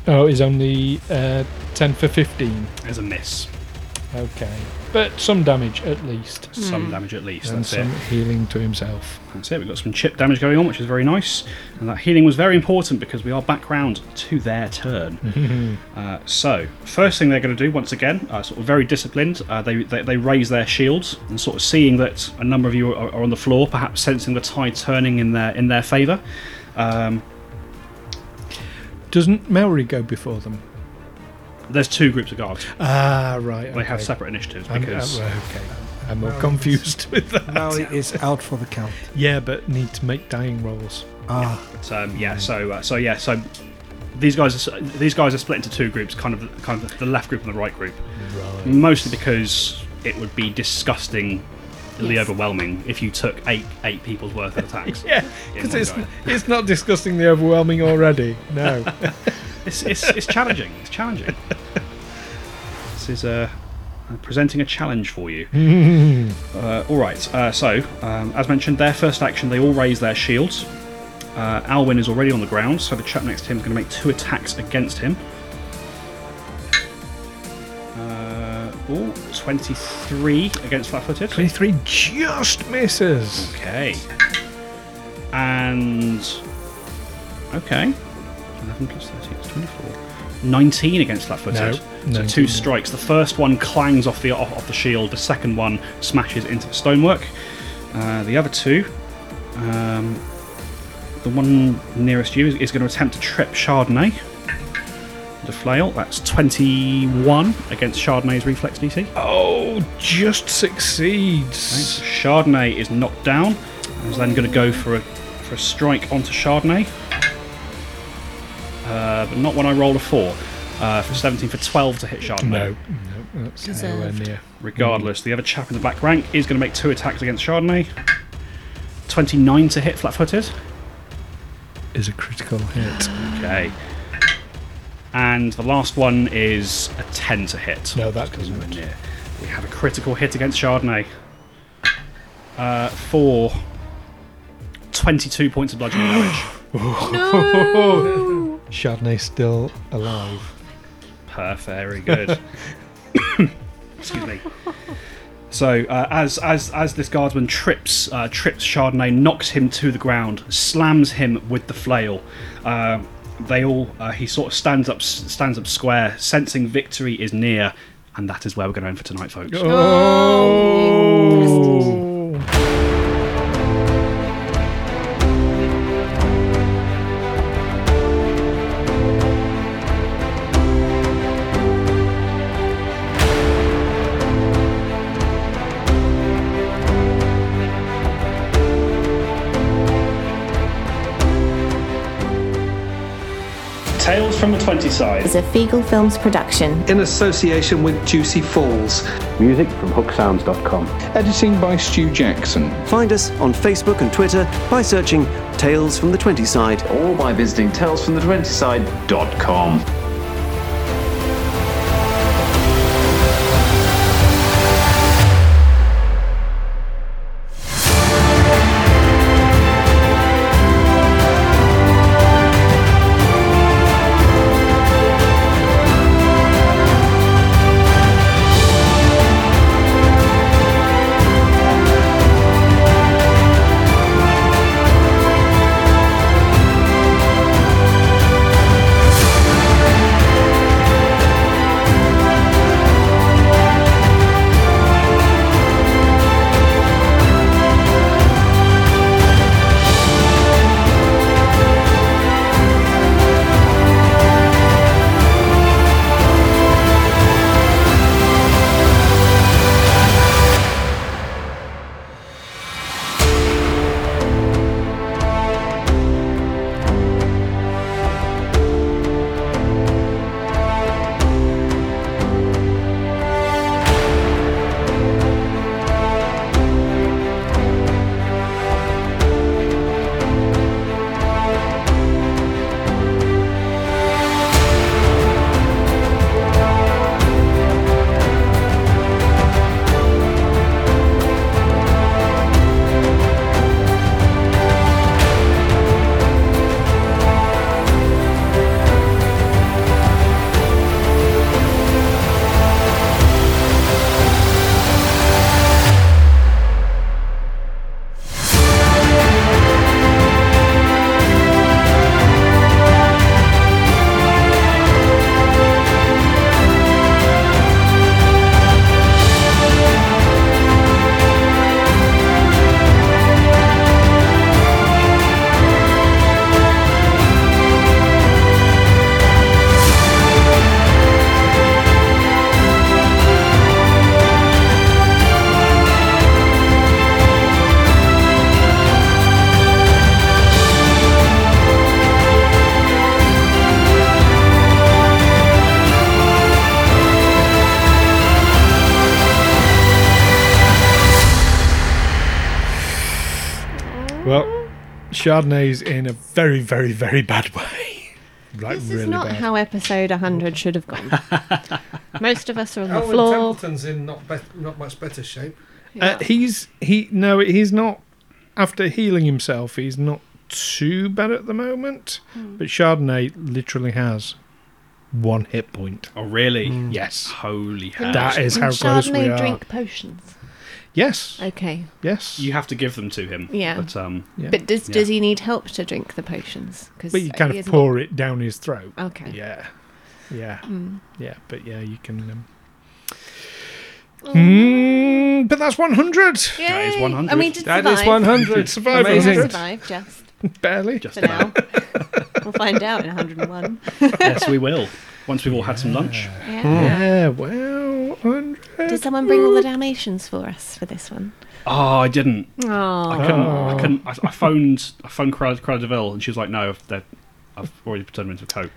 Speaker 5: Oh, is only uh, ten for fifteen.
Speaker 3: There's a miss.
Speaker 5: Okay, but some damage at least,
Speaker 4: Hmm.
Speaker 3: Some damage at least.
Speaker 5: and
Speaker 3: That's
Speaker 5: some
Speaker 3: it.
Speaker 5: healing to himself.
Speaker 3: That's it. We've got some chip damage going on, which is very nice. And that healing was very important because we are back round to their turn. uh, so, first thing they're going to do, once again, uh, sort of very disciplined, uh, they, they, they raise their shields and sort of seeing that a number of you are, are on the floor, perhaps sensing the tide turning in their, in their favour. Um,
Speaker 5: Doesn't Maori go before them?
Speaker 3: there's two groups of guards.
Speaker 5: Ah, right.
Speaker 3: They have separate initiatives
Speaker 5: I'm,
Speaker 3: because.
Speaker 5: uh, okay. I'm more confused with that.
Speaker 6: Maui is out for the count.
Speaker 5: Yeah, but need to make dying rolls.
Speaker 6: Ah,
Speaker 3: But, um, yeah, so uh, so yeah, so these guys are, s- these guys are split into two groups, kind of kind of the left group and the right group, mostly because it would be disgustingly
Speaker 2: Yes.
Speaker 3: overwhelming if you took eight eight people's worth of attacks.
Speaker 5: Yeah,
Speaker 3: in
Speaker 5: because
Speaker 3: one
Speaker 5: it's
Speaker 3: go.
Speaker 5: it's not discussing the overwhelming already. No.
Speaker 3: it's, it's, it's challenging. It's challenging. this is uh, I'm presenting a challenge for you. uh, all right. Uh, so, um, as mentioned, their first action, they all raise their shields. Uh, Alwyn is already on the ground, so the chap next to him is going to make two attacks against him. Uh, ooh, 23 against flat-footed.
Speaker 5: Twenty-three just misses.
Speaker 3: Okay. And. Okay. 11 plus 13 is 24. 19 against flat footed.
Speaker 5: No,
Speaker 3: so
Speaker 5: 19,
Speaker 3: two
Speaker 5: no.
Speaker 3: strikes. The first one clangs off the off, off the shield, the second one smashes into the stonework. Uh, the other two. Um, the one nearest you is, is going to attempt to trip Chardonnay. The flail, that's 21 against Chardonnay's reflex DC.
Speaker 5: Oh, just succeeds.
Speaker 3: Right, Chardonnay is knocked down. and Is then going to go for a for a strike onto Chardonnay, uh, but not when I roll a four. Uh, for 17 for 12 to hit Chardonnay.
Speaker 5: No, no, that's nowhere
Speaker 2: Deserved.
Speaker 5: near.
Speaker 3: Regardless, the other chap in the back rank is going to make two attacks against Chardonnay. 29 to hit flat-footed.
Speaker 5: Is a critical hit.
Speaker 3: Okay. And the last one is a 10 to hit.
Speaker 5: No, that
Speaker 3: Because
Speaker 5: doesn't.
Speaker 3: we're near. We have a critical hit against Chardonnay. Uh, for 22 points of bludgeoning damage.
Speaker 5: Chardonnay still alive.
Speaker 3: Perfect. Very good. Excuse me. So uh, as as as this guardsman trips uh, trips Chardonnay, knocks him to the ground, slams him with the flail. Uh, they all uh, he sort of stands up stands up square, sensing victory is near, and that is where we're going to end for tonight, folks.
Speaker 5: Oh.
Speaker 2: Oh.
Speaker 3: Tales from the Twenty Side.
Speaker 2: It's a Feagle Films production.
Speaker 8: in association with Juicy Falls.
Speaker 9: Music from hooksounds.com.
Speaker 10: Editing by Stu Jackson.
Speaker 8: Find us on Facebook and Twitter by searching Tales from the 20 Side.
Speaker 10: Or by visiting talesfromthe20side.com.
Speaker 5: Chardonnay's in a very, very, very bad way. Like
Speaker 2: This
Speaker 5: really
Speaker 2: is not
Speaker 5: bad.
Speaker 2: how episode 100 should have gone. Most of us are on the
Speaker 6: Alan
Speaker 2: floor.
Speaker 6: Templeton's in not bet- not much better shape.
Speaker 5: Uh, he's he no, he's not. After healing himself, he's not too bad at the moment. But Chardonnay literally has one hit point.
Speaker 3: Oh, really?
Speaker 5: Yes.
Speaker 3: Holy hell.
Speaker 5: That is how
Speaker 4: Can
Speaker 5: close we
Speaker 4: Chardonnay
Speaker 5: are.
Speaker 4: drink potions.
Speaker 5: Yes.
Speaker 2: Okay.
Speaker 5: Yes.
Speaker 3: You have to give them to him.
Speaker 2: Yeah.
Speaker 3: But, um,
Speaker 2: But does,
Speaker 3: yeah.
Speaker 2: does he need help to drink the potions? Because
Speaker 5: But you kind of pour it down his throat.
Speaker 2: Okay.
Speaker 5: Yeah. Yeah.
Speaker 2: Mm.
Speaker 5: Yeah. But yeah, you can. Um...
Speaker 2: Oh.
Speaker 5: Hmm. Mm, but that's
Speaker 3: That
Speaker 5: 100.
Speaker 3: is
Speaker 2: Yay!
Speaker 3: 100.
Speaker 2: And we did
Speaker 5: That
Speaker 2: survive.
Speaker 5: is 100. Survive
Speaker 2: We
Speaker 5: Amazing.
Speaker 2: survived, just
Speaker 5: Barely.
Speaker 3: Just
Speaker 2: for
Speaker 3: about.
Speaker 2: now. we'll find out in 101.
Speaker 3: yes, we will. Once we've all had some lunch.
Speaker 2: Yeah.
Speaker 5: Yeah. Well, 100.
Speaker 2: Did someone bring all the Dalmatians for us for this one?
Speaker 3: Oh, I didn't.
Speaker 2: Oh.
Speaker 3: I couldn't. I couldn't. I, I phoned. I phoned Cara, Cara Deville, and she was like, "No, they're- I've already turned them into a coat."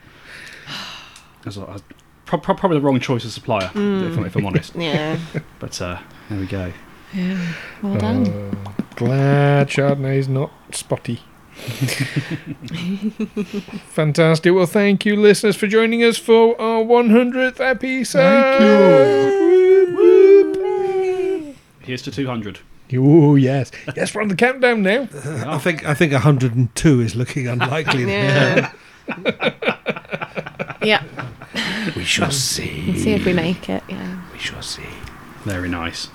Speaker 3: I was like, I- pro- pro- probably the wrong choice of supplier, if, I'm- if I'm honest.
Speaker 2: Yeah.
Speaker 3: But uh, there we go.
Speaker 2: Well done.
Speaker 5: Uh, Glad Chardonnay's not spotty. Fantastic. Well, thank you, listeners, for joining us for our 100th episode. Thank
Speaker 3: Here's to 200.
Speaker 5: you. Oh, yes. Yes, we're on the countdown now.
Speaker 6: I think I think 102 is looking unlikely.
Speaker 2: Yeah.
Speaker 5: Uh.
Speaker 2: yeah.
Speaker 5: We shall see.
Speaker 2: See if we make it. Yeah.
Speaker 5: We shall see.
Speaker 3: Very nice.